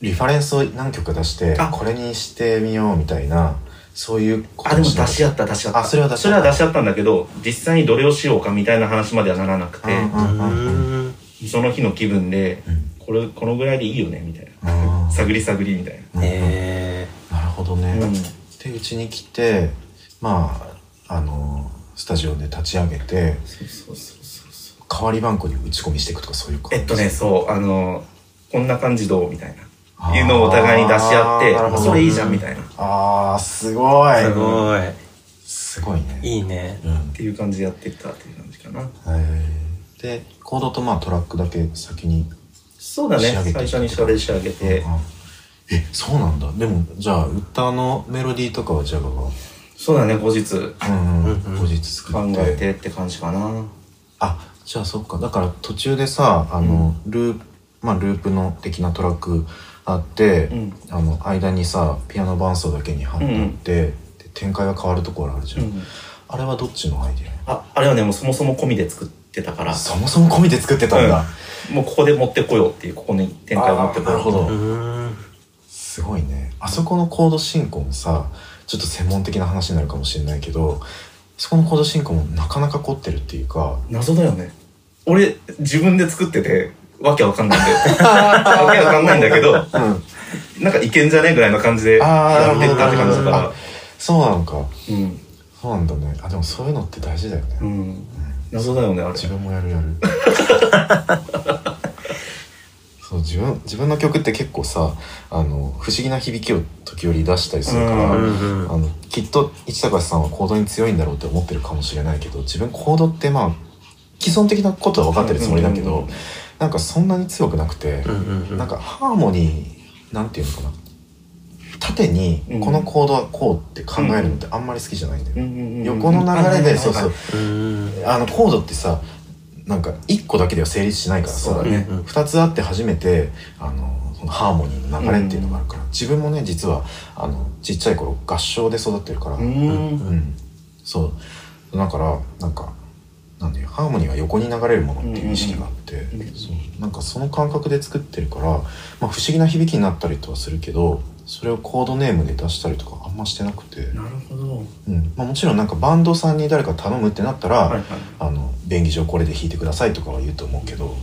S1: リファレンスを何曲か出して
S3: あ
S1: これにしてみようみたいなそういうこ
S3: あ、
S1: と
S3: でも
S1: に
S3: 出
S1: なか
S3: し合った、出し合った。
S1: あそれは出し合った
S3: 出し合ったんだけど、実際にどれをしようかみたいな話まではならなくて、
S1: うんう
S2: うん
S1: うんうん
S2: ん。
S3: その日の気分で、
S1: うん
S3: これ、このぐらいでいいよねみたいな。
S1: あー
S3: 探り探りみたい
S1: うんうん
S2: へえ。
S1: なるほどね、
S3: な。うん。
S1: でうちに来てまああのスタジオで立ち上げて
S3: そうそうそうそうそう。
S1: 代わり番号に打ち込みしていくとかそういうこと
S3: えっとね、そう、あの、こんな感じどうみたい
S1: あ
S3: な。
S1: ー
S3: いうのをお互いに出し合って、
S1: なるほど
S3: あそれいいじゃんみたいな。っ
S1: ああすごい
S2: すごい。
S1: すごいね
S2: いいね。
S1: うん
S3: ていう感じでやってったっていう感じかな。
S1: えーでコードとまあトラックだけ先に
S3: そうだね
S1: 仕上げ、て
S3: 最
S1: きて
S3: 初にそれ仕上げて。
S1: あえそうなんだでもじゃあ歌のメロディーとかはジャガが
S3: そうだね、後日
S1: うんうん
S2: うんうん
S1: 後日作
S3: 考
S1: って
S3: えてって感じかな。
S1: あじゃあそっかだから途中でさあの、ループまあループの的なトラックあって、
S3: うん
S1: あの間にさピアノ伴奏だけに貼ってあって、で展開が変わるところあるじゃん、
S3: うん
S1: あれはどっちのアイディ
S3: あ、あれはね、もうそもそも込みで作ってたから
S1: ア、そもそも込みで作ってたんだ、
S3: うんもうここで持ってこようっていう、ここに展開を持ってこよう
S1: あーなるほど
S2: うーん。
S1: すごいねあそこのコード進行もさちょっと専門的な話になるかもしれないけどそこのコード進行もなかなか凝ってるっていうか
S3: 謎だよね俺自分で作っててわけわかんないんだよ [laughs] わけわかんないんだけど
S1: うん
S3: なんかいけんじゃねえぐらいの感じで
S1: あ
S3: や
S1: ー
S3: ってったって感じだ
S1: なる
S3: か
S1: そうなのから
S3: うん、
S1: そうなんだねあでもそういうのって大事だよね、
S3: うん、謎だよねあれ
S1: 自分もやるやる
S3: [laughs]
S1: そう自分自分の曲って結構さあの不思議な響きを時折出したりするから、
S3: う
S2: うん
S1: あのきっと市高さんはコードに強いんだろうって思ってるかもしれないけど自分コードってまあ既存的なことは分かってるつもりだけど、
S3: うんうんうん
S1: なんかそんなに強くなくて、
S2: うんうんうん。
S1: なんかハーモニーなんていうのかな縦に
S3: うん
S1: このコードはこうって考えるのってあんまり好きじゃないんだよ、
S3: うんうんうん
S1: 横の流れで、そうそう
S2: うん。
S1: あのコードってさなんか1個だけでは成立しないから
S3: そう
S1: さ、
S3: だね
S2: うんうん
S1: 2つあって初めてあのそのハーモニーの流れっていうのがあるから、自分もね実はあのちっちゃい頃合唱で育ってるから、
S3: う
S1: うんん、そうだからなんかなんだよハーモニーは横に流れるものっていう意識があって、
S3: んうん
S1: そうなんかその感覚で作ってるから、まあ、不思議な響きになったりとはするけどそれをコードネームで出したりとかあんましてなくて、
S3: なるほど
S1: うんまあ、もちろんなんかバンドさんに誰か頼むってなったら、
S3: はいはい
S1: あの便宜上これで弾いてくださいとかは言うと思うけど、うん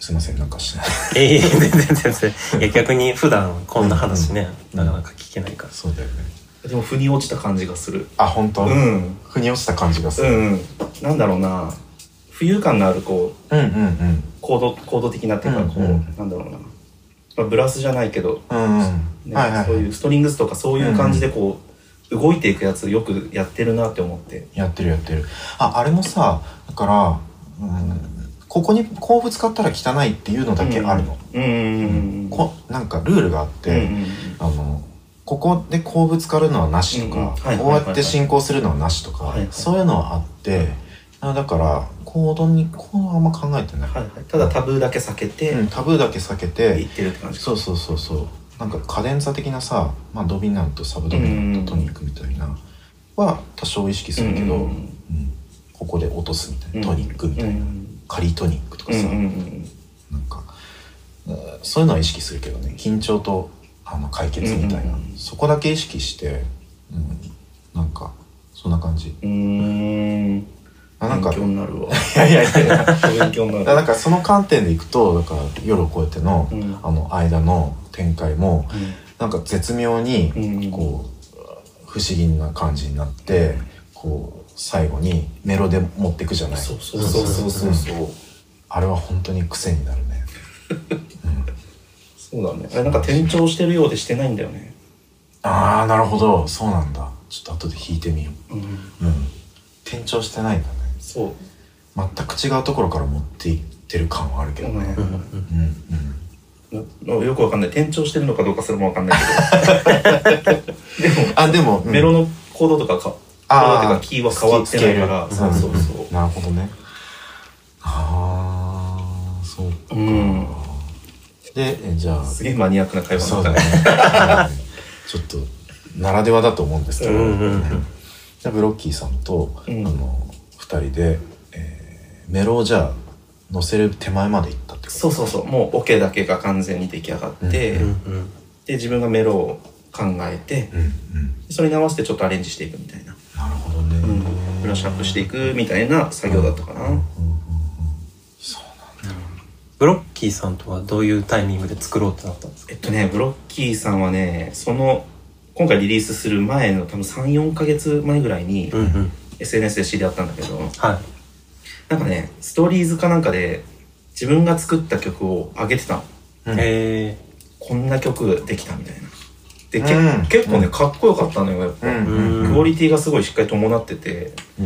S1: すいませんなんか
S3: [laughs]
S1: してない
S2: ええ、 [laughs] 全然全然。いや、逆に普段こんな話ね、
S1: うん
S2: なかなか聞けないから。
S1: そうだよね
S3: でも腑に落ちた感じがする
S1: あ本当、
S3: うん
S1: 腑に落ちた感じがす
S3: う
S1: る、
S3: んうんなんだろうな浮遊感のあるこう
S1: うん、うんうん
S3: 行動行動的なっていうかこう、
S1: うんうん
S3: なんだろうな、まあ、ブラスじゃないけど
S1: うんうん
S3: ね
S1: はいはい
S3: そう
S1: はい
S3: いうストリングスとかそういう感じでこう、動いていくやつよくやってるなって思って
S1: やってるやってるああれもさだから、うん、ここに甲府使ったら汚いっていうのだけあるの、
S3: うんうんうんうん
S1: こなんかルールがあって、
S3: うんうん
S1: あのここでこうぶつかるのはなしと
S3: うんうん
S1: か、
S3: はいはいはい
S1: こうやって進行するのはなしとか、
S3: はいはい
S1: そういうのはあって、あだから行動にこうあんま考えてない、
S3: はいはいただタブーだけ避けて
S1: うん、タブーだけ避け
S3: い
S1: て、
S3: ってるって感じ
S1: そうそうそうそうなんかカデンザ的なさ、まあ、ドミナントサブドミナントトニックみたいなは多少意識するけど、
S3: うんうん
S1: うんここで落とすみたいな、トニックみたいな、
S3: うん
S1: 仮トニックとか
S3: うんう
S1: さ、
S3: んうん
S1: なんかうんそういうのは意識するけどね緊張とあの解決みたいな、
S3: うんうんうん
S1: そこだけ意識して、うん、なんかそんな感じ
S3: うーん
S1: あなんか
S3: 勉強になるわ
S1: [laughs] いやいやいや
S3: 勉強にな
S1: だ
S3: る
S1: からなんかその観点でいくとだから夜を越えての,、
S3: うん
S1: あの間の展開も
S3: うん
S1: なんか絶妙に
S3: うんうん
S1: こう、不思議な感じになって、こう最後にメロで持っていくじゃない
S3: そうそうそうそうそうそう
S1: あれは本当に癖になるね
S3: そうだねあれなんか転調してるようでしてないんだよね
S1: ああなるほどそうなんだちょっと後で弾いてみよう
S3: うん
S1: うん転調してないんだね
S3: そう
S1: 全く違うところから持っていってる感はあるけどね
S2: う
S3: うんん
S2: うん
S1: うんうん
S3: なよくわかんない転調してるのかどうかそれもわかんないけどでも
S1: あでも、うん
S3: メロのコードとかか、
S1: あー
S3: コードとかキーは変わってないから、
S1: ス
S3: そうそう
S1: ケール
S3: そ
S1: んなるほどねああそう
S3: う。うん。
S1: でえじゃあ
S3: すげえマニアックな会話
S1: そ
S3: に
S1: う
S3: な
S1: だ
S3: [laughs] っ
S1: ね
S3: たね。
S1: うんちょっとならではだと思うんですけど、
S2: うんうんうん
S1: じゃあブロッキーさんと、
S3: うん
S1: あの2人で、えーメロをじゃあ乗せる手前まで行ったってこと
S3: そうそうそう。もうオ、ケだけが完全に出来上がって、
S1: う
S2: うん
S3: で、自分がメロを考えて、
S1: うんうん
S3: それに合わせてちょっとアレンジしていくみたいな。
S1: なるほどね、
S3: ブラッシュアップしていくみたいな作業だったかな。
S2: ブロッキーさんとはどういうタイミングで作ろうってなったんですか
S3: えっとね、ブロッキーさんはね、その、今回リリースする前の多分3、4ヶ月前ぐらいに、
S2: うんうん
S3: SNS で知り合ったんだけど、
S2: はい
S3: なんかね、ストーリーズかなんかで自分が作った曲を上げてたの。
S1: うん
S2: え
S3: こんな曲できたみたいな。で、け
S1: うん
S3: 結構ね、かっこよかったのよ、やっぱ。
S1: うん
S2: うん
S3: クオリティがすごいしっかり伴ってて、
S1: う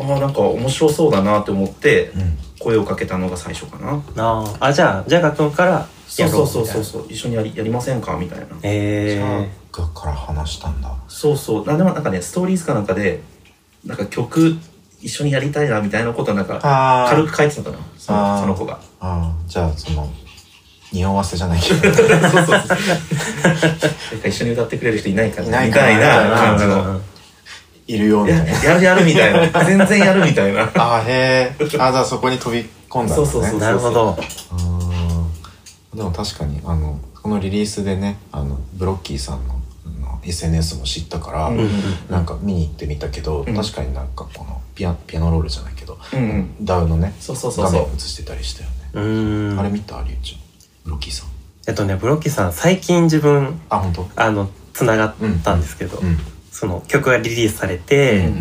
S1: ん
S3: ああ、なんか面白そうだなと思って
S1: うん
S3: 声をかけたのが最初かな。
S2: ー、なああじゃあジャガ君から
S3: そ
S2: や
S3: う
S2: ろ
S3: そうう
S2: みたいう
S3: そ
S2: な
S3: そうそう、一緒にやりやりませんかみたいな。
S2: えー、
S1: がから話したんだ
S3: そうそう、なでもなんかね、ストーリーズかなんかで、なんか曲一緒にやりたいなみたいなことをなんか
S1: あ
S3: 軽く書いてたのかな、そ
S1: あー
S3: のその子が。
S1: あーじゃあその匂わせじゃないけど
S3: そうそうそう。なんか一緒に歌ってくれる人いないかな。
S1: いない
S3: み
S1: かな
S3: たいな感じ
S2: う
S3: の。
S2: ん
S1: いるよう
S3: い
S1: みたい
S3: や
S1: な
S3: やるやるみたいな。全然やるみたいな。
S1: あーへえあーじゃあそこに飛び込んだんだ、ね、
S3: そうそうそう
S2: なるほど
S1: あーでも確かにあのこのリリースでねあのブロッキーさんのあの SNS も知ったから、
S3: うん
S1: なんか見に行ってみたけど、
S3: うん
S1: 確かになんかこのピアピアノロールじゃないけど、
S3: うんうん。
S1: ダウのね
S3: そうそうそうそう
S1: 画面映してたりしたよね、
S2: うん
S1: あれ見たリュウちゃんブロッキーさん
S2: えっとねブロッキーさん最近自分
S1: あ本当
S2: あのつながったんですけど、
S1: うん
S2: その曲がリリースされて
S1: うん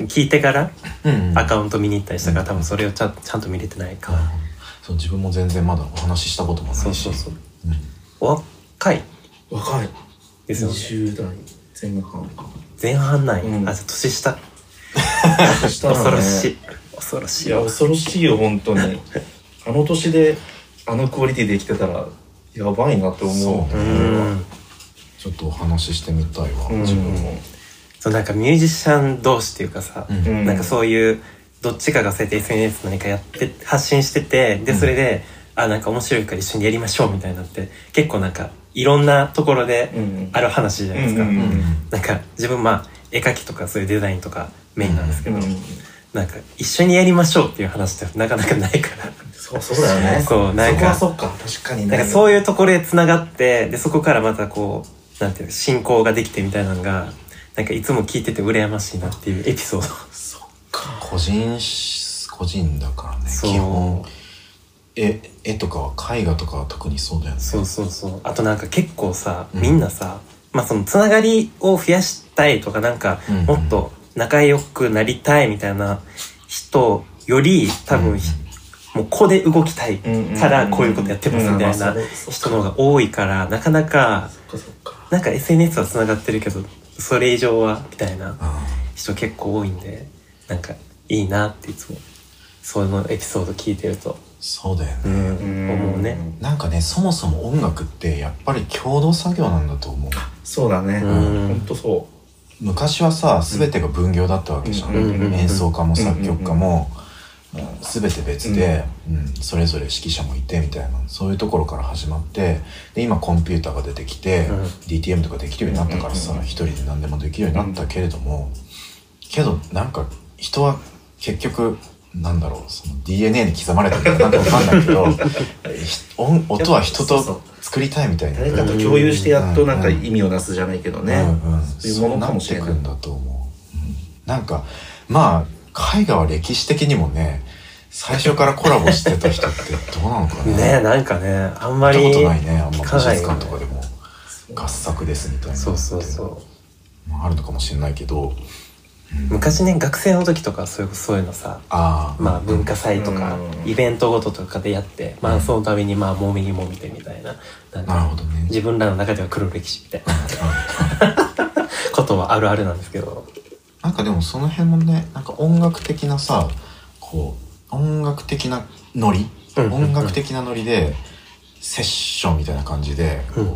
S1: う、ん
S2: 聞いてから
S1: うんうんうん
S2: アカウント見に行ったりしたから、多分それをちゃんちゃんと見れてないか、
S1: なるほどそう自分も全然まだお話ししたこともないし
S2: そうそうそう
S1: うん
S2: お若い
S3: 若い。
S2: ですよね
S3: 20代前半か。
S2: 前半ない、
S3: うん
S2: あじゃあ年下
S3: そしたら
S2: 恐
S3: ね
S2: ろしい恐ろしい
S3: いや、恐ろしいよ、本当に。あの年で、あのクオリティできてたら、やばいなって思う。
S1: そう
S2: う
S1: ね
S2: ん
S1: ちょっとお話ししてみたいわ、
S3: うん
S1: 自分も
S2: そうなんかミュージシャン同士っていうかさ、
S1: うん
S3: うん
S2: なんかそういうどっちかがそうやって SNS 何かやって発信しててでそれで、あなんか面白いから一緒にやりましょうみたいなって結構なんかいろんなところで
S3: うん
S2: ある話じゃないですか、
S3: うんうん
S1: うん
S2: なんか自分まあ絵描きとかそういうデザインとかメインなんですけ
S3: う
S2: ど、
S3: ん
S2: なんか一緒にやりましょうっていう話ってなかなかないから
S3: そう、そうだよね。
S2: そうなんか
S3: そこはそっか、確かに
S2: なんかそういうところでつながってでそこからまたこうなんていうの進行ができてみたいなのがなんかいつも聞いてて羨ましいなっていうエピソード
S3: そっか。
S1: 個人し個人だからね
S2: そう
S1: 基本絵絵とかは絵画とかは特にそうだよね
S2: そうそうそうあとなんか結構さ
S1: うん
S2: みんなさ、まあそのつながりを増やしたいとかなんか
S1: うんうん
S2: もっと仲良くなりたいみたいな人より多分、
S1: うんうん
S2: もう個で動きたいからこういうことやってますみたい
S3: うんうんうん
S2: な
S3: うんまあそれ
S2: 人の方が多いからなかなか
S3: そっかそっか。
S2: なんか SNS はつながってるけどそれ以上はみたいな
S1: あ
S2: 人結構多いんでなんかいいなっていつもそのエピソード聞いてると、
S1: ーそうだよ
S2: う
S1: ね、
S2: ん
S3: うん
S2: 思うね。
S1: なんかねそもそも音楽ってやっぱり共同作業なんだと思う
S3: そうだね。
S2: うん
S3: ほんとそ
S1: 昔はさ全てが分業だったわけじゃん、
S3: うんうん
S2: うん
S1: 演奏家も
S3: うん
S1: 作曲家も、うん全て別で、うんそれぞれ指揮者もいてみたいなそういうところから始まってで今コンピューターが出てきて、
S2: うん
S1: DTM とかできるようになったからさ
S3: うんうんうん
S1: 一、人で何でもできるようになったけれども、けどなんか人は結局なんだろうその DNA に刻まれたのかなんかわかんないけど
S3: [laughs]
S1: ひ音音は人
S3: そうそう。
S1: と作りたいみたいうな。
S3: 誰かと共有してやっとなんか意味をなすじゃないけどね。
S1: うんうん、
S3: そういうものかもしれ
S1: そう
S3: な
S1: なっ
S3: い
S1: てくん。だと思う、うんなんかまあ絵画は歴史的にもね最初からコラボしてた人ってどうなのかな
S2: [laughs] ねえなんかねあんま
S1: 見
S2: り
S1: たことないねあんま
S2: 聞
S1: 美
S2: かない
S1: 術
S2: よ
S1: 館
S2: ね
S1: とかでも合作ですみたいな、
S2: そうそうそう
S1: まあ、あるのかもしれないけど
S2: う昔ね学生の時とかそういうそういうのさ
S1: ああ
S2: まあ文化祭とか
S3: うん
S2: イベントごととかでやってまあそのためにまあもみにもみてみたいななん
S1: なる
S2: か
S1: ほどね
S2: 自分らの中では黒歴史みたいな [laughs] ことはあるあるなんですけど
S1: なんかでもその辺もねなんか音楽的なさこう音楽的なノリ、
S2: うんうんうん
S1: 音楽的なノリでセッションみたいな感じでこう、
S2: うん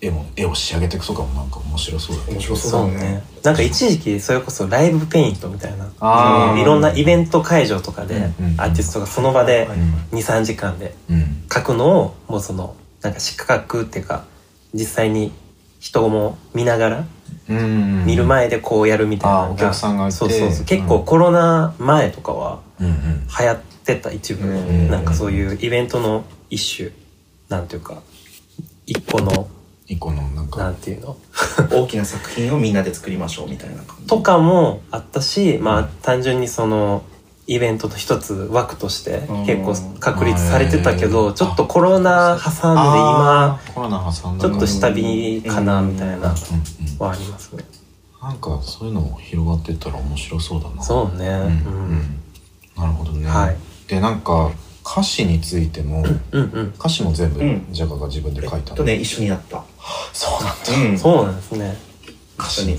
S1: 絵も絵を仕上げていくとかもなんか面白そうだね
S3: 面白そうだね。
S2: なんか一時期それこそライブペイントみたいな
S1: あ
S3: ー
S2: いろんなイベント会場とかで、
S1: うんうんうん
S2: アーティストがその場で
S3: はい
S2: 23時間で
S1: うん
S2: 書くのをもうそのなんか視覚っていうか実際に人も見ながら
S1: うん
S2: 見る前でこうやるみたいなの
S1: あーお客さんがいて
S2: そうそうそううん結構コロナ前とかは
S1: うんうん
S2: 流行ってた一部、
S3: うん
S2: なんかそういうイベントの一種なんていうか一個の
S1: 一個のなん
S2: な
S1: か
S2: んていうの
S3: 大きな作品をみんなで作りましょうみたいな感じ。
S2: とかもあったしまあ単純にそのイベントの一つ枠として
S3: うん
S2: 結構確立されてたけ
S1: う
S2: ど
S1: ん
S2: ちょっとコロナ挟んで今
S1: あーコロナ挟ん
S2: ち
S1: だ
S2: ょっと下火かなみたいな
S1: うんうん
S2: はありますね
S1: なんかそういうのも広がってったら面白そうだな
S2: そうね
S1: う
S2: うん
S1: うんんなるほどね、
S2: はい
S1: でなんか歌詞について
S3: [clears throat]
S1: も
S2: うんうん。
S1: 歌詞も全部
S3: うん
S1: ジャガが自分で書い
S3: え
S1: た
S3: っ
S1: の、
S3: とね、一緒にやった。
S1: そうなんだ
S3: うん
S2: そうなんですね。
S1: 歌詞に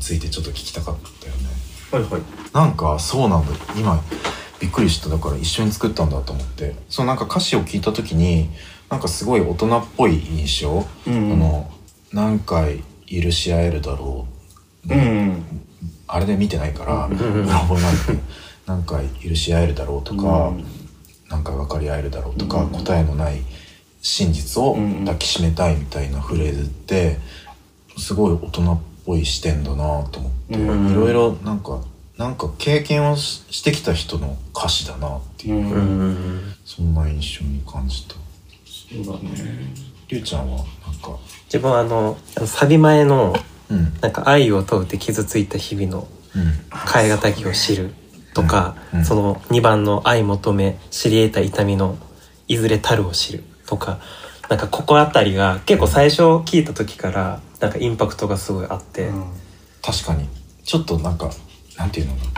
S1: ついてちょっと聞きたかったよね
S3: はいはい。
S1: なんかそうなんだ今びっくりしただから一緒に作ったんだと思ってそうなんか歌詞を聞いた時になんかすごい大人っぽい印象、
S3: うんうん
S1: あの何回許し合えるだろう
S3: う
S1: の、
S3: ん。
S1: あれで見てないから、
S3: うん
S2: うんうん
S1: うろ覚えなんだけど何回許し合えるだろうとか、
S3: うん
S1: 何回分かり合えるだろうとか、
S3: うん
S1: 答えのない真実を抱きしめたいみたいなフレーズってすごい大人っぽい視点だなと思って、
S3: うん
S1: いろいろなんかなんか経験をししてきた人の歌詞だなっていう、
S3: う
S2: うん
S3: ん。
S2: うん。
S1: そんな印象に感じた
S3: そうだね。
S1: りゅうちゃんはなんか
S2: 自分はあの、あのサビ前の、
S1: うんうん
S2: なんか愛を問うて傷ついた日々の変え難きを知るとか、
S1: うんうん
S2: その2番の愛求め、知り得た痛みのいずれたるを知るとか、なんかここあたりが結構最初聞いた時から、なんかインパクトがすごいあって、
S1: 確かにちょっとなんかなんていうのかな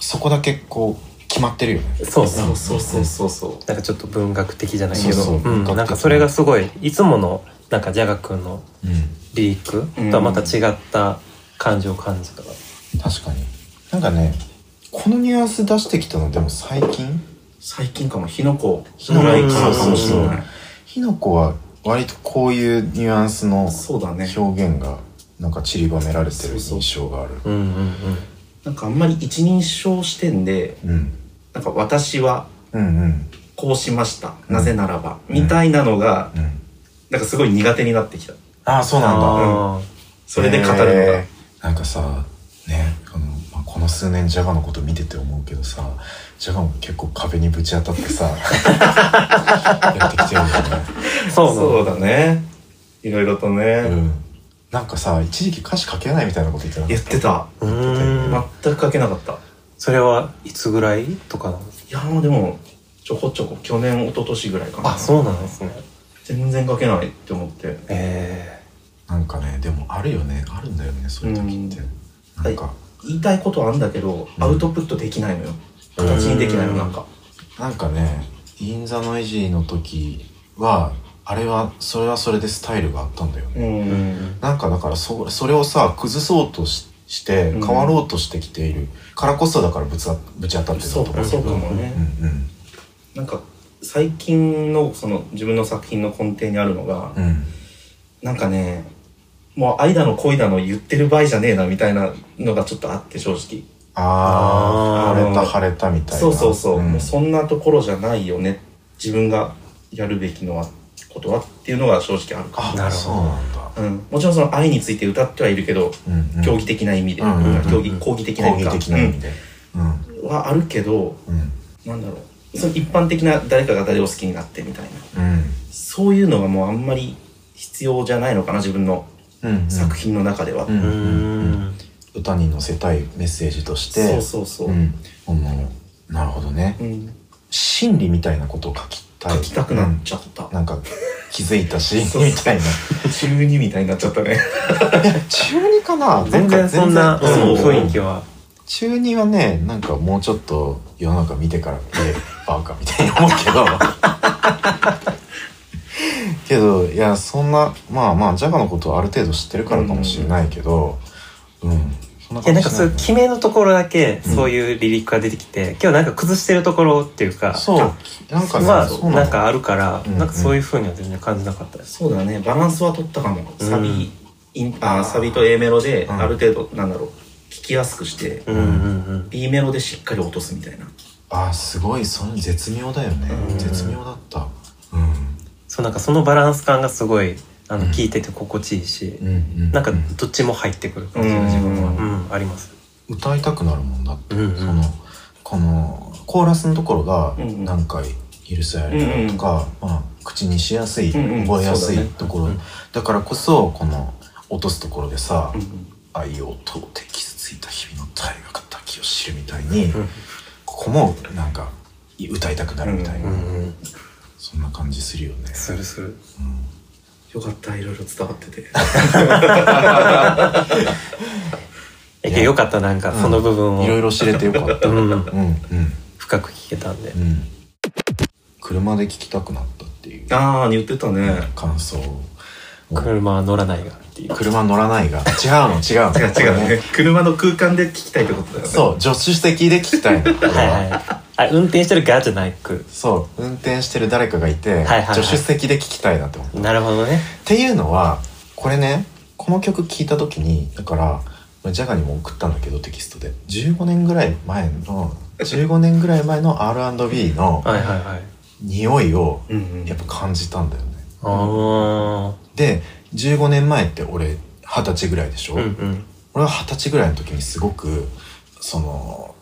S1: そこだけこう決まってるよね
S2: そうそう
S3: そうそうそうそうそ
S2: なんかちょっと文学的じゃないけど、
S1: そうそう
S2: うん、
S1: 文学的
S2: なんかそれがすごい、いつもの、なんかジャガ君の
S1: うん
S2: リリックとはまた違った感じを感じたから。
S1: 確かになんかねこのニュアンス出してきたのでも最近
S3: う。最近かも、火の粉。
S1: 火の粉
S3: かもしれ
S1: う
S3: なん
S1: ひのこは割とこういうニュアンスの
S3: い。そうだね。
S1: 表現がなんか散りばめられてる印象がある
S2: うんうんうん。
S3: なんかあんまり一人称視点で、
S1: うん
S3: なんか私は
S1: うんうん
S3: こうしました。
S1: うん
S3: なぜならば。みたいなのが、
S1: うん
S3: なんかすごい苦手になってきた。
S1: ああそうなんだ
S2: あ
S3: それで語るのが。
S1: えーなんかさねあの、まあ、この数年ジャガのこと見てて思うけどさジャガも結構壁にぶち当たって
S3: [laughs]
S1: さやってきてるよね
S2: ーそうなんだ。
S3: そうだね。いろいろとね。
S1: うんなんかさ一時期歌詞書けないみたいなこと言ってなか
S3: 言
S1: っ
S3: ったてた。
S2: うーん
S3: 全く書けなかった。い
S2: それはいつぐらいとかなんですか
S3: やーでも、ちょこちょこ去年、一昨年ぐらいかな。
S2: あそうなんですね
S3: 全然書けないって思って。
S2: え
S1: なんかねでもあるよねあるんだよねそういう時って、
S3: うん
S1: なんか、
S3: 言いたいことはあるんだけど、
S1: うん
S3: アウトプットできないのよ。形にできないの、
S2: うん
S3: なんか。
S1: なんかね「イン・ザ・ノイジー」の時はあれはそれはそれでスタイルがあったんだよね、
S2: えうん
S1: なんかだからそそれをさ崩そうとしして
S3: う
S1: 変
S3: ん
S1: わろうとしてきているからこそだからぶつあぶち当たってる
S3: そう
S1: と
S3: か、
S1: か
S3: そうかも
S1: う
S3: ね。
S1: ん
S3: なんか、最近の、その、自分の作品の根底にあるのが、
S1: うんうん
S3: なんかね、もう愛だの恋だの言ってる場合じゃねえなみたいなのがちょっとあって正直
S1: ああ
S2: あー
S1: 晴れた晴れたみたいな
S3: そうそうそう、
S1: ん
S3: もうそんなところじゃないよね自分がやるべきのはことはっていうのが正直あるか
S1: あ
S2: なるほど
S1: そうなんだ、
S3: ら、うん、もちろんその愛について歌ってはいるけど、
S1: うんうん、
S3: 競技的な意味で、
S1: うんうんうん
S3: 競技講義的な
S1: 抗
S3: 意味
S1: 議
S3: か
S1: 的な意味でうん
S3: うんはあるけど
S1: うん
S3: なんだろうその一般的な誰かが誰を好きになってみたいな
S1: うん
S3: そういうのがもうあんまり必要じゃないのかな自分の
S1: うんうん
S3: 作品の中では、
S1: うん
S2: う
S1: うんうん
S2: ん
S1: 歌に乗せたいメッセージとして
S3: そうそうそう、
S1: うん、あのなるほどね
S3: うん
S1: 心理みたいなことを書きたい
S3: 書きたくなっちゃった、
S1: うんなんか気づいたしみたいな
S3: 中二みたいになっちゃったね
S1: 中二かな
S2: [laughs] 全然そんな
S1: 全然
S2: うん
S1: そう
S2: 雰囲気は
S1: 中二はねなんかもうちょっと世の中見てから言えばかみたいに思うけどけどいやそんなまあまあジャガのことはある程度知ってるからかもしれないけどうん、そんない
S2: や
S1: 感
S2: な
S1: じ
S2: んか
S1: し
S2: そ
S1: ない
S2: う
S1: いうね
S2: 決めのところだけそういうリリックが出てきて今日なんか崩してるところっていうか
S1: そうなんかね、
S2: は
S1: そう
S2: なん
S1: の
S2: かあるから
S1: うん
S2: なんかそういう風には全然感じなかったです
S3: そうだねバランスは取ったかも
S2: うん
S3: サビ、インあーサビと A メロで
S1: うん
S3: ある程度、なんだろう聞きやすくして、
S2: うんうんうん
S3: B メロでしっかり落とすみたいな
S1: あーすごいその絶妙だよね、
S3: うん
S1: 絶妙だったうん
S2: そうなんかそのバランス感がすごいあの
S1: うん
S2: 聞いてて心地いいし
S1: うんうん
S2: なんかどっちも入ってくる感じが自分は
S3: う
S2: うんあります
S1: 歌いたくなるもんだって、
S2: うんうん
S1: そのこのコーラスのところが
S3: うんうん
S1: 何回許されるだろうとか、まあ、口にしやすい、
S3: うんうん
S1: 覚えやす
S3: そうだ
S1: い
S3: ね
S1: ところ、
S2: うん
S1: だからこそこの落とすところでさ「
S3: うん
S1: 愛を問うて傷ついた日々の大学だけを知る」みたいに、
S2: うん
S1: ここもなんか歌いたくなるみたいな、
S2: うんうん
S1: そんな感じするよね。
S2: するする
S1: うん
S3: よかったいろいろ伝わってて
S2: えけどよかったなんかその部分を
S1: いろいろ知れてよかった。
S2: [laughs] うん
S1: うんうん、
S2: 深く聞けたんで、
S1: うん車で聴きたくなったっていう
S3: [laughs] ああ言ってたね
S1: 感想
S2: 車は乗らないがっていう
S1: 車乗らないが違うの違うの
S3: 違う違う
S1: これ
S3: ね [laughs] 車の空間で聞きたいってことだよね
S1: そう助手席で聞きたいのこれ
S2: はい
S1: は
S2: はいあ運転してる側じゃなく
S1: そう運転してる誰かがいて、
S2: いはいはい
S1: 助手席で聞きたいなって思ったっ
S2: なるほどね
S1: ていうのはこれねこの曲聴いた時にだからジャガにも送ったんだけどテキストで15年ぐらい前の15年ぐらい前の R&B の
S2: はいはいはい
S1: 匂いを
S3: うんうん
S1: やっぱ感じたんだよね
S2: ああ
S1: で15年前って俺二十歳ぐらいでしょ、
S2: うんうん
S1: 俺は二十歳ぐらいの時にすごくその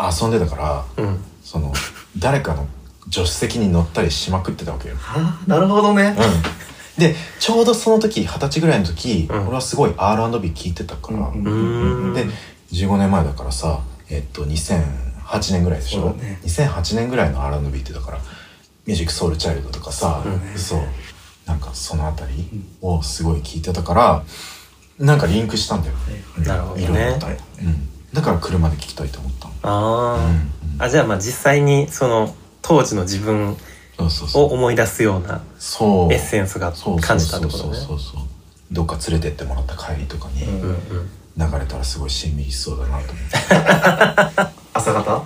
S1: 遊んでたから
S2: うん
S1: その誰かの助手席に乗ったりしまくってたわけよ。
S3: ああなるほどね
S1: うん、でちょうどその時二十歳ぐらいの時、
S2: うん
S1: 俺はすごい R&B 聞いてたから、
S3: うん
S2: うーん
S1: で15年前だからさえっと2008年ぐらいでし
S3: そ
S1: ょ、
S3: うだね
S1: 2008年ぐらいの R&B ってだから「ミュージックソウルチャイルドとかさ
S2: そう
S1: そう,、
S2: だ
S3: ね
S1: なんかその辺りをすごい聞いてたからなんかリンクしたんだよね、
S2: なるほどね
S1: いろいろとうん、だから車で聞きたいと思ったの、
S2: あ
S1: うんうん
S2: ーあじゃあまあ実際にその当時の自分
S1: そうそう
S2: を
S1: そう
S2: 思い出すような
S1: そう
S2: エッセンスが
S1: そう
S2: 感じたってこと
S1: そう
S2: ね
S1: そうそうそうどっか連れてってもらった帰りとかに
S3: うん
S2: うんうん
S1: 流れたらすごいしんみりしそうだなと思って
S3: 朝方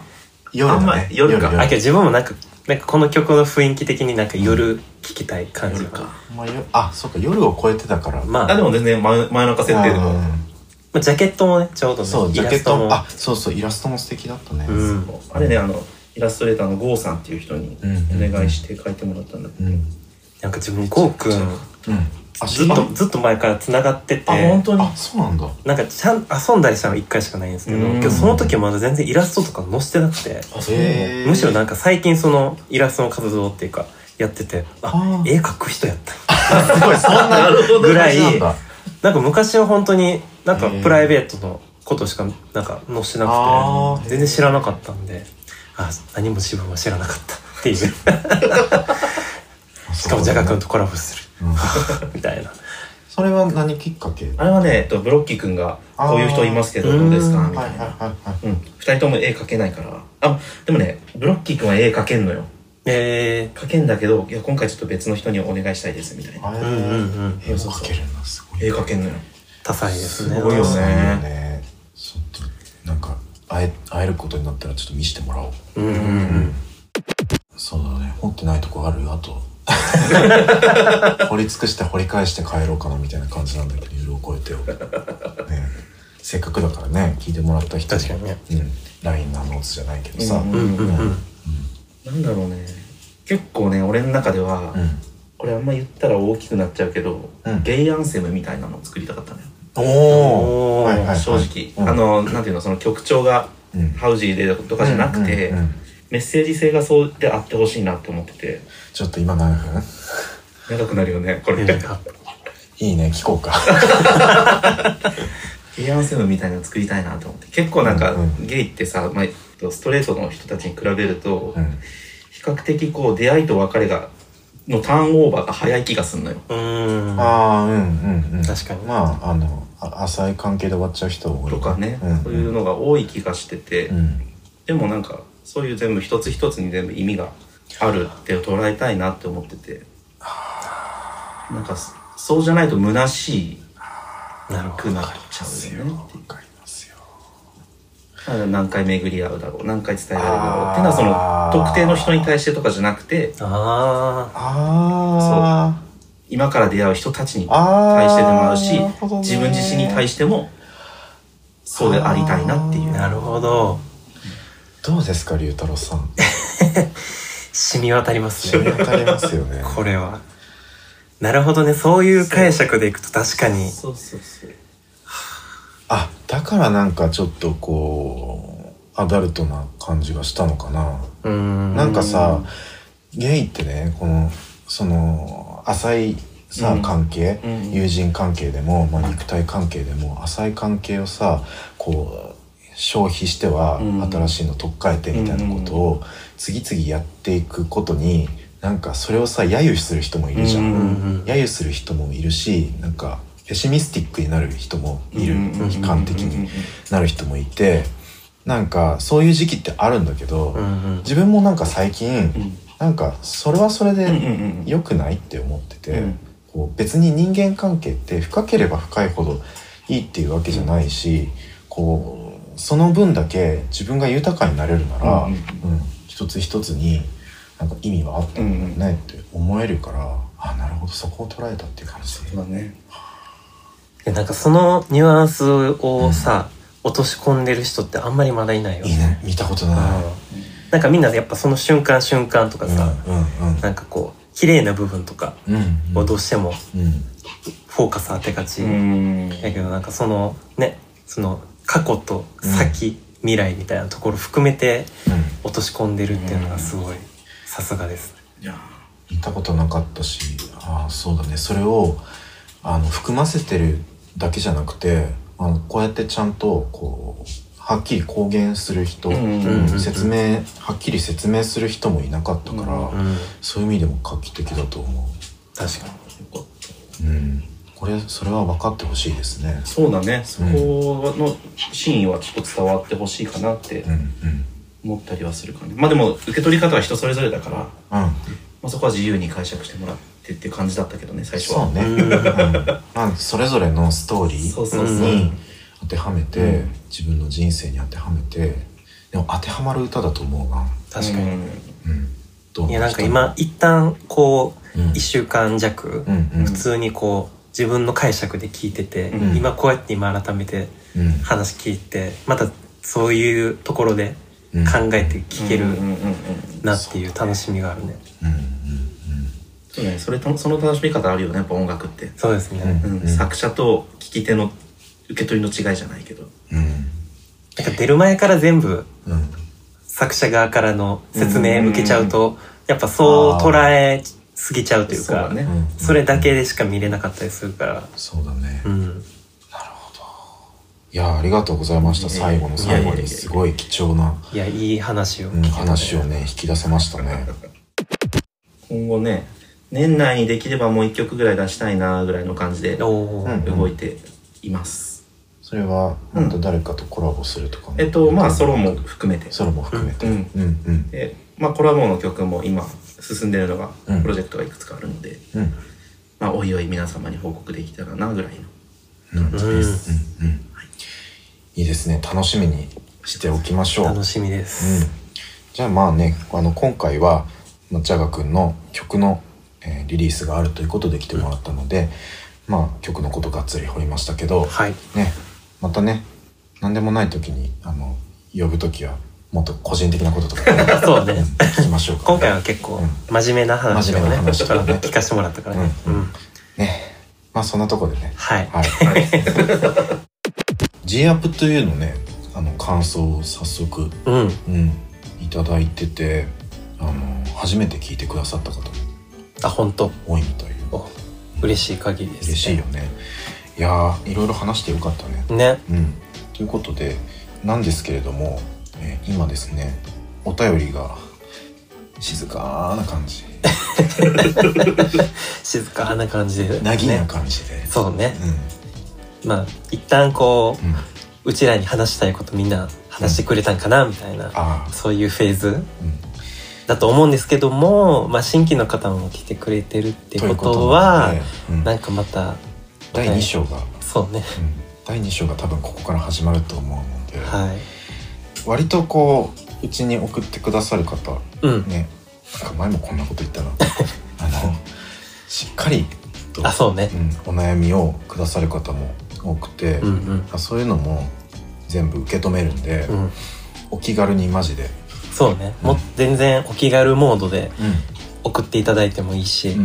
S1: 夜だ
S3: あん
S1: ね、
S3: ま夜か
S2: あけど自分もなんかなんかこの曲の雰囲気的になんか夜聴きたい感じ
S3: 夜
S2: が、
S3: か
S1: まあ、よあそうか夜を超えてたから
S2: まあ
S3: あでも全然真真夜中設定でも
S2: まあジャケットもねちょうどね
S1: そうジャケッ
S2: イラ
S1: ト
S2: ス
S1: もあそうそうイラストも素敵だったね、
S2: うん
S3: あれねあのイラストレーターの郷さんっていう人にお願いして書いてもらったんだけ
S1: うん
S3: ど、
S2: なんか自分ゴーくん
S1: うんあ
S2: ずっ
S1: あ
S2: とずっと前から繋がってて
S3: あ本当に
S1: あそうなんだ
S2: なんかちゃん遊んだりしたの1回しかないんですけど
S3: うん
S2: けどその時はまだ全然イラストとか載せてなくて
S3: あ
S1: へー
S2: むしろなんか最近そのイラストの活動っていうかやっててあ
S1: あー
S2: 絵描く人やった
S1: あすごいそんな
S3: [laughs] なるほど
S2: ぐらい
S1: 感じなんだ
S2: なんか昔は本当になんか
S1: へー
S2: プライベートのことしかなんか載せてな
S1: あ
S2: く
S1: ー
S2: て全然知らなかったんであ何も自分は知らなかったっていうし
S1: あそう
S2: かもジャガ君
S1: だね
S2: とコラボす
S1: うん
S2: る [laughs] みたいな
S1: それは何きっかけ
S3: あれはね、えっと、ブロッキー君が「こういう人いますけどどうですか?」み
S1: は
S3: た
S1: いはい
S3: いな、
S1: はいはい
S3: うん、2人とも絵描けないからあでもねブロッキー君は絵描けんのよ
S2: え
S3: 描けんだけどいや今回ちょっと別の人にお願いしたいですみたいな
S1: あれ
S2: ーうんうんうん
S1: 絵を描けるんだすごい
S3: 絵描けんのよ
S2: 多彩ですね
S3: すごいよね
S1: ねちょっとなんか会え会えることになったらちょっと見せてもらおう
S2: うんうんうん
S1: そうだね持ってないとこあるあと掘り尽くして掘り返して帰ろうかなみたいな感じなんだけど夜を超えてよ、ね、せっかくだからね聞いてもらった人
S2: 確かにね
S1: うん、LINE のアナウンスじゃないけどさ、
S3: うん
S2: うんうんうん
S3: なんだろうね結構ね俺の中では、
S1: うん
S3: これあんま言ったら大きくなっちゃうけど、
S1: うん
S3: ゲイアンセムみたいなのを作りたかったのよ、
S1: おお、
S2: はい
S3: 正直、
S1: うん
S3: あのなんていうのその曲調が
S1: うん
S3: ハウジーでとかじゃなくて、
S1: うんうんうん
S3: メッセージ性がそうであってほしいなって思ってて
S1: ちょっと今何分
S3: 長くなるよねこれ、
S2: うん
S3: ゲ
S1: いいね聞こ
S2: [laughs]
S1: うか
S3: イアンセムみたいなの作りたいなと思って結構なんか、
S1: うんうん
S3: ゲイってさ、まあえっと、ストレートの人たちに比べると、
S1: うん
S3: 比較的こう出会いと別れがのターンオーバーが早い気がすんのよ
S2: うん
S1: ああうんうんうん
S2: 確かに
S1: まああのあ浅い関係で終わっちゃう人多い
S3: とかね、
S1: うん、
S3: そういうのが多い気がしてて、
S1: うん
S3: でもなんかそういう全部一つ一つに全部意味があるって捉えたいなって思っててなんかそそうじゃないと虚し
S2: なるほ
S3: く
S2: ど
S3: なっちゃうよねってい
S1: わかりますよ
S3: うだから何回巡り合うだろう何回伝えられるだろう
S1: あー
S3: っていうのはその特定の人に対してとかじゃなくて
S2: ああ
S1: ああ
S3: 今から出会う人たちに
S1: あー
S3: 対してでもあるし
S1: なるほどね
S3: 自分自身に対してもそうでありたいなっていう
S2: なるほど
S1: どうですか龍太郎さん
S2: 染み渡ります
S1: 染
S2: ね
S1: み渡りますよね
S2: [laughs] これはなるほどねそういう解釈でいくと確かに
S3: そうそうそう
S1: あだからなんかちょっとこうアダルトな感じがしたのかな、
S2: うん
S1: なんかさゲイってねこのその浅いさ、
S3: うん
S1: 関係、
S3: うんうん
S1: 友人関係でも、まあ、肉体関係でも浅い関係をさこう消費しては
S3: うん
S1: 新しいの取っ替えてみたいなことを次々やっていくことになんかそれをさ揶揄する人もいるじゃん、
S3: うん
S2: うんうん
S1: 揶揄する人もいるしなんかペシミスティックになる人もいる
S3: うんうんうんうんうん
S1: 悲観的になる人もいてなんかそういう時期ってあるんだけど、
S2: うんうん
S1: 自分もなんか最近
S3: うん
S1: なんかそれはそれ
S3: うんうん
S1: で
S3: うん
S1: 良くないって思ってて、
S3: うん
S1: こう別に人間関係って深ければ深いほどいいっていうわけじゃないし、こうその分だけ自分が豊かになれるなら、
S3: う
S1: うんん一つ一つになんか意味はあったんだよねって思えるから、あなるほどそこを捉えたっていう感じ。
S3: そうだね
S2: いやなんかそのニュアンスをさ、落とし込んでる人ってあんまりまだいないよ
S1: いいね見たこと
S2: うん
S1: ない。
S2: なんかみんなやっぱその瞬間瞬間とかさ、なんかこう綺麗な部分とか
S1: うんうんうん
S2: をどうしても
S1: うん
S2: フォーカス当てがち、
S3: うん
S2: やけどなんかそのねその過去と先、未来みたいなところ含めて
S1: うん
S2: 落とし込んでるっていうのがすごいさすがですね
S3: いや
S1: 見たことなかったしああそうだねそれをあの含ませてるだけじゃなくてあのこうやってちゃんとこうはっきり公言する人、
S3: うんうん
S2: うん
S1: 説明はっきり説明する人もいなかったから、
S3: う
S2: うん
S1: そういう意味でも画期的だと思
S2: 確かに
S3: ー
S1: う、うん、これそれは分かってほしいですね
S3: そうだねそこの真意はちょっと伝わってほしいかなって
S1: うんうん
S3: 思ったりはするかねまあでも受け取り方は人それぞれだから、ま
S1: うん
S3: あ、そこは自由に解釈してもらってっていう感じだったけどね最初は
S1: そうね、
S2: うん
S1: うんまあ、それぞれのストーリ
S3: そう
S1: ー
S3: そうそう、
S1: に当てはめて、
S3: うん
S1: 自分の人生に当てはめてでも当てはまる歌だと思うな、
S2: 確かに、
S3: うん
S1: うん、ど
S2: いやなんか
S1: 人も
S2: 今一旦こう
S1: うん
S2: 1週間弱、
S1: うんうん
S2: 普通にこう自分の解釈で聞いてて、
S3: うん
S2: 今こうやって今改めて
S1: うん
S2: 話聞いてまたそういうところで
S1: うん
S2: 考えて聞ける
S3: うんうんうんうん
S2: なっていう楽しみがあるね、
S1: うん
S3: そうねそれとその楽しみ方あるよねやっぱ音楽って、
S2: そうですね、
S1: うん
S3: うん作者と聞き手の受け取りの違いじゃないけど
S1: うんうん
S2: なんか出る前から全部
S1: うんうん
S2: 作者側からの説明受けちゃうと、やっぱそう捉えすぎちゃうという
S3: そう
S2: か
S3: だね、
S1: うん
S2: それだけでしか見れなかったりするから、
S1: そうだね、
S2: うん
S1: いやありがとうございました
S3: いえい
S1: 最
S3: え
S1: 後の最後にすごい貴重ない
S2: やいい話を聞
S1: うん
S2: けたね
S1: 話をね引き出せましたね
S3: 今後ね年内にできればもう一曲ぐらい出したいなぐらいの感じで
S2: お
S1: う
S2: ー
S1: ん
S3: 動いています、
S1: それは本当誰かとコラボするとかね
S3: えっとまあソロも含めて
S1: ソロも含めて
S3: う
S1: うんんうん
S3: で、まあ、コラボの曲も今進んでるのが、
S1: うん
S3: プロジェクトがいくつかあるので、
S1: うんうん
S3: まあ、おいおい皆様に報告できたらなぐらいの
S1: うん
S2: うん
S1: いいですね楽しみにしておきましょう
S2: 楽しみで
S1: うん
S2: す、、
S1: じゃあまあねあの今回はまあジャガ君の曲の、えーリリースがあるということで来てもらったので、まあ曲のことがっつり掘りましたけど、
S2: はい
S1: ね、またね何でもない時にあの呼ぶ時はもっと個人的なこととか、
S2: [laughs]
S1: ね、
S2: そうね
S1: 聞きましょうか、
S2: 今回は結構真面目な話を
S1: 真面目
S2: ね
S1: な話をね
S2: 聞かせてもらったからね、
S1: うん
S2: うん
S1: ねまあそんなところでね
S2: はい
S1: はい
S2: [laughs]
S1: 「G アップというのねあの感想を早速
S2: うん
S1: うん、いただいててあの初めて聞いてくださった方も
S2: あ本当
S1: 多いみたいで
S2: お嬉しい限りです、
S1: 嬉しいよねいやーいろいろ話してよかったね、
S2: ね
S1: うん、ということでなんですけれども、えー今ですねお便りが静かな感
S2: [laughs]
S1: じ
S2: 静かな感じで
S1: なぎな
S2: ね
S1: 感じで、
S2: そうねまあ一旦こ
S1: うんうん、
S2: ううちらに話したいことみんな話してくれたんかなみたいな、
S1: ああ
S2: そういうフェーズ
S1: うん
S2: だと思うんですけども、まあ、新規の方も来てくれてるって
S1: いう
S2: ことは
S1: なのでうん
S2: なんかまた
S1: 第2章が、うん
S2: そうね
S1: 第2章が多分ここから始まると思うので、
S2: はい
S1: 割とこううちに送ってくださる方
S2: うん
S1: ね、なんか前もこんなこと言
S2: [laughs]
S1: ったなあのしっかりと
S2: あそうね
S1: うん、お悩みをくださる方も多くて、
S2: うんうん
S1: あそういうのも全部受け止めるんで、
S2: うん
S1: お気軽にマジで、
S2: そうねもう全然お気軽モードで送っていただいてもいいし、
S1: うん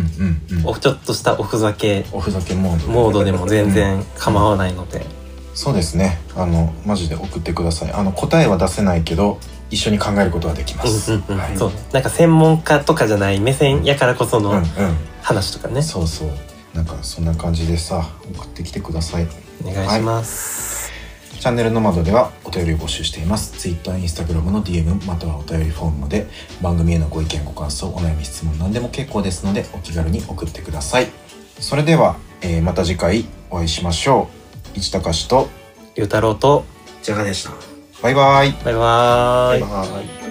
S1: うんうん
S2: おちょっとしたおふざけ
S1: おふざけモード
S2: モードでも全然構わないので、
S1: そうですねあのマジで送ってくださいあの答えは出せないけど一緒に考えることはできま
S2: うん
S1: す、
S2: うんうん
S1: はい、
S2: そうねなんか専門家とかじゃない目線やからこそ
S1: うんう
S2: の
S1: ん
S2: 話とかね、
S1: そうそうなんかそんな感じでさ送ってきてください
S2: お願いします、
S1: チャンネルノマドではお便りを募集しています。Twitter、Instagram の DM またはお便りフォームまで番組へのご意見、ご感想、お悩み、質問何でも結構ですのでお気軽に送ってください。それでは、えーまた次回お会いしましょう。市高氏と
S2: ゆうたろうと
S3: ジャガでした
S4: バイバイ
S5: バイバーイ
S2: バイバイ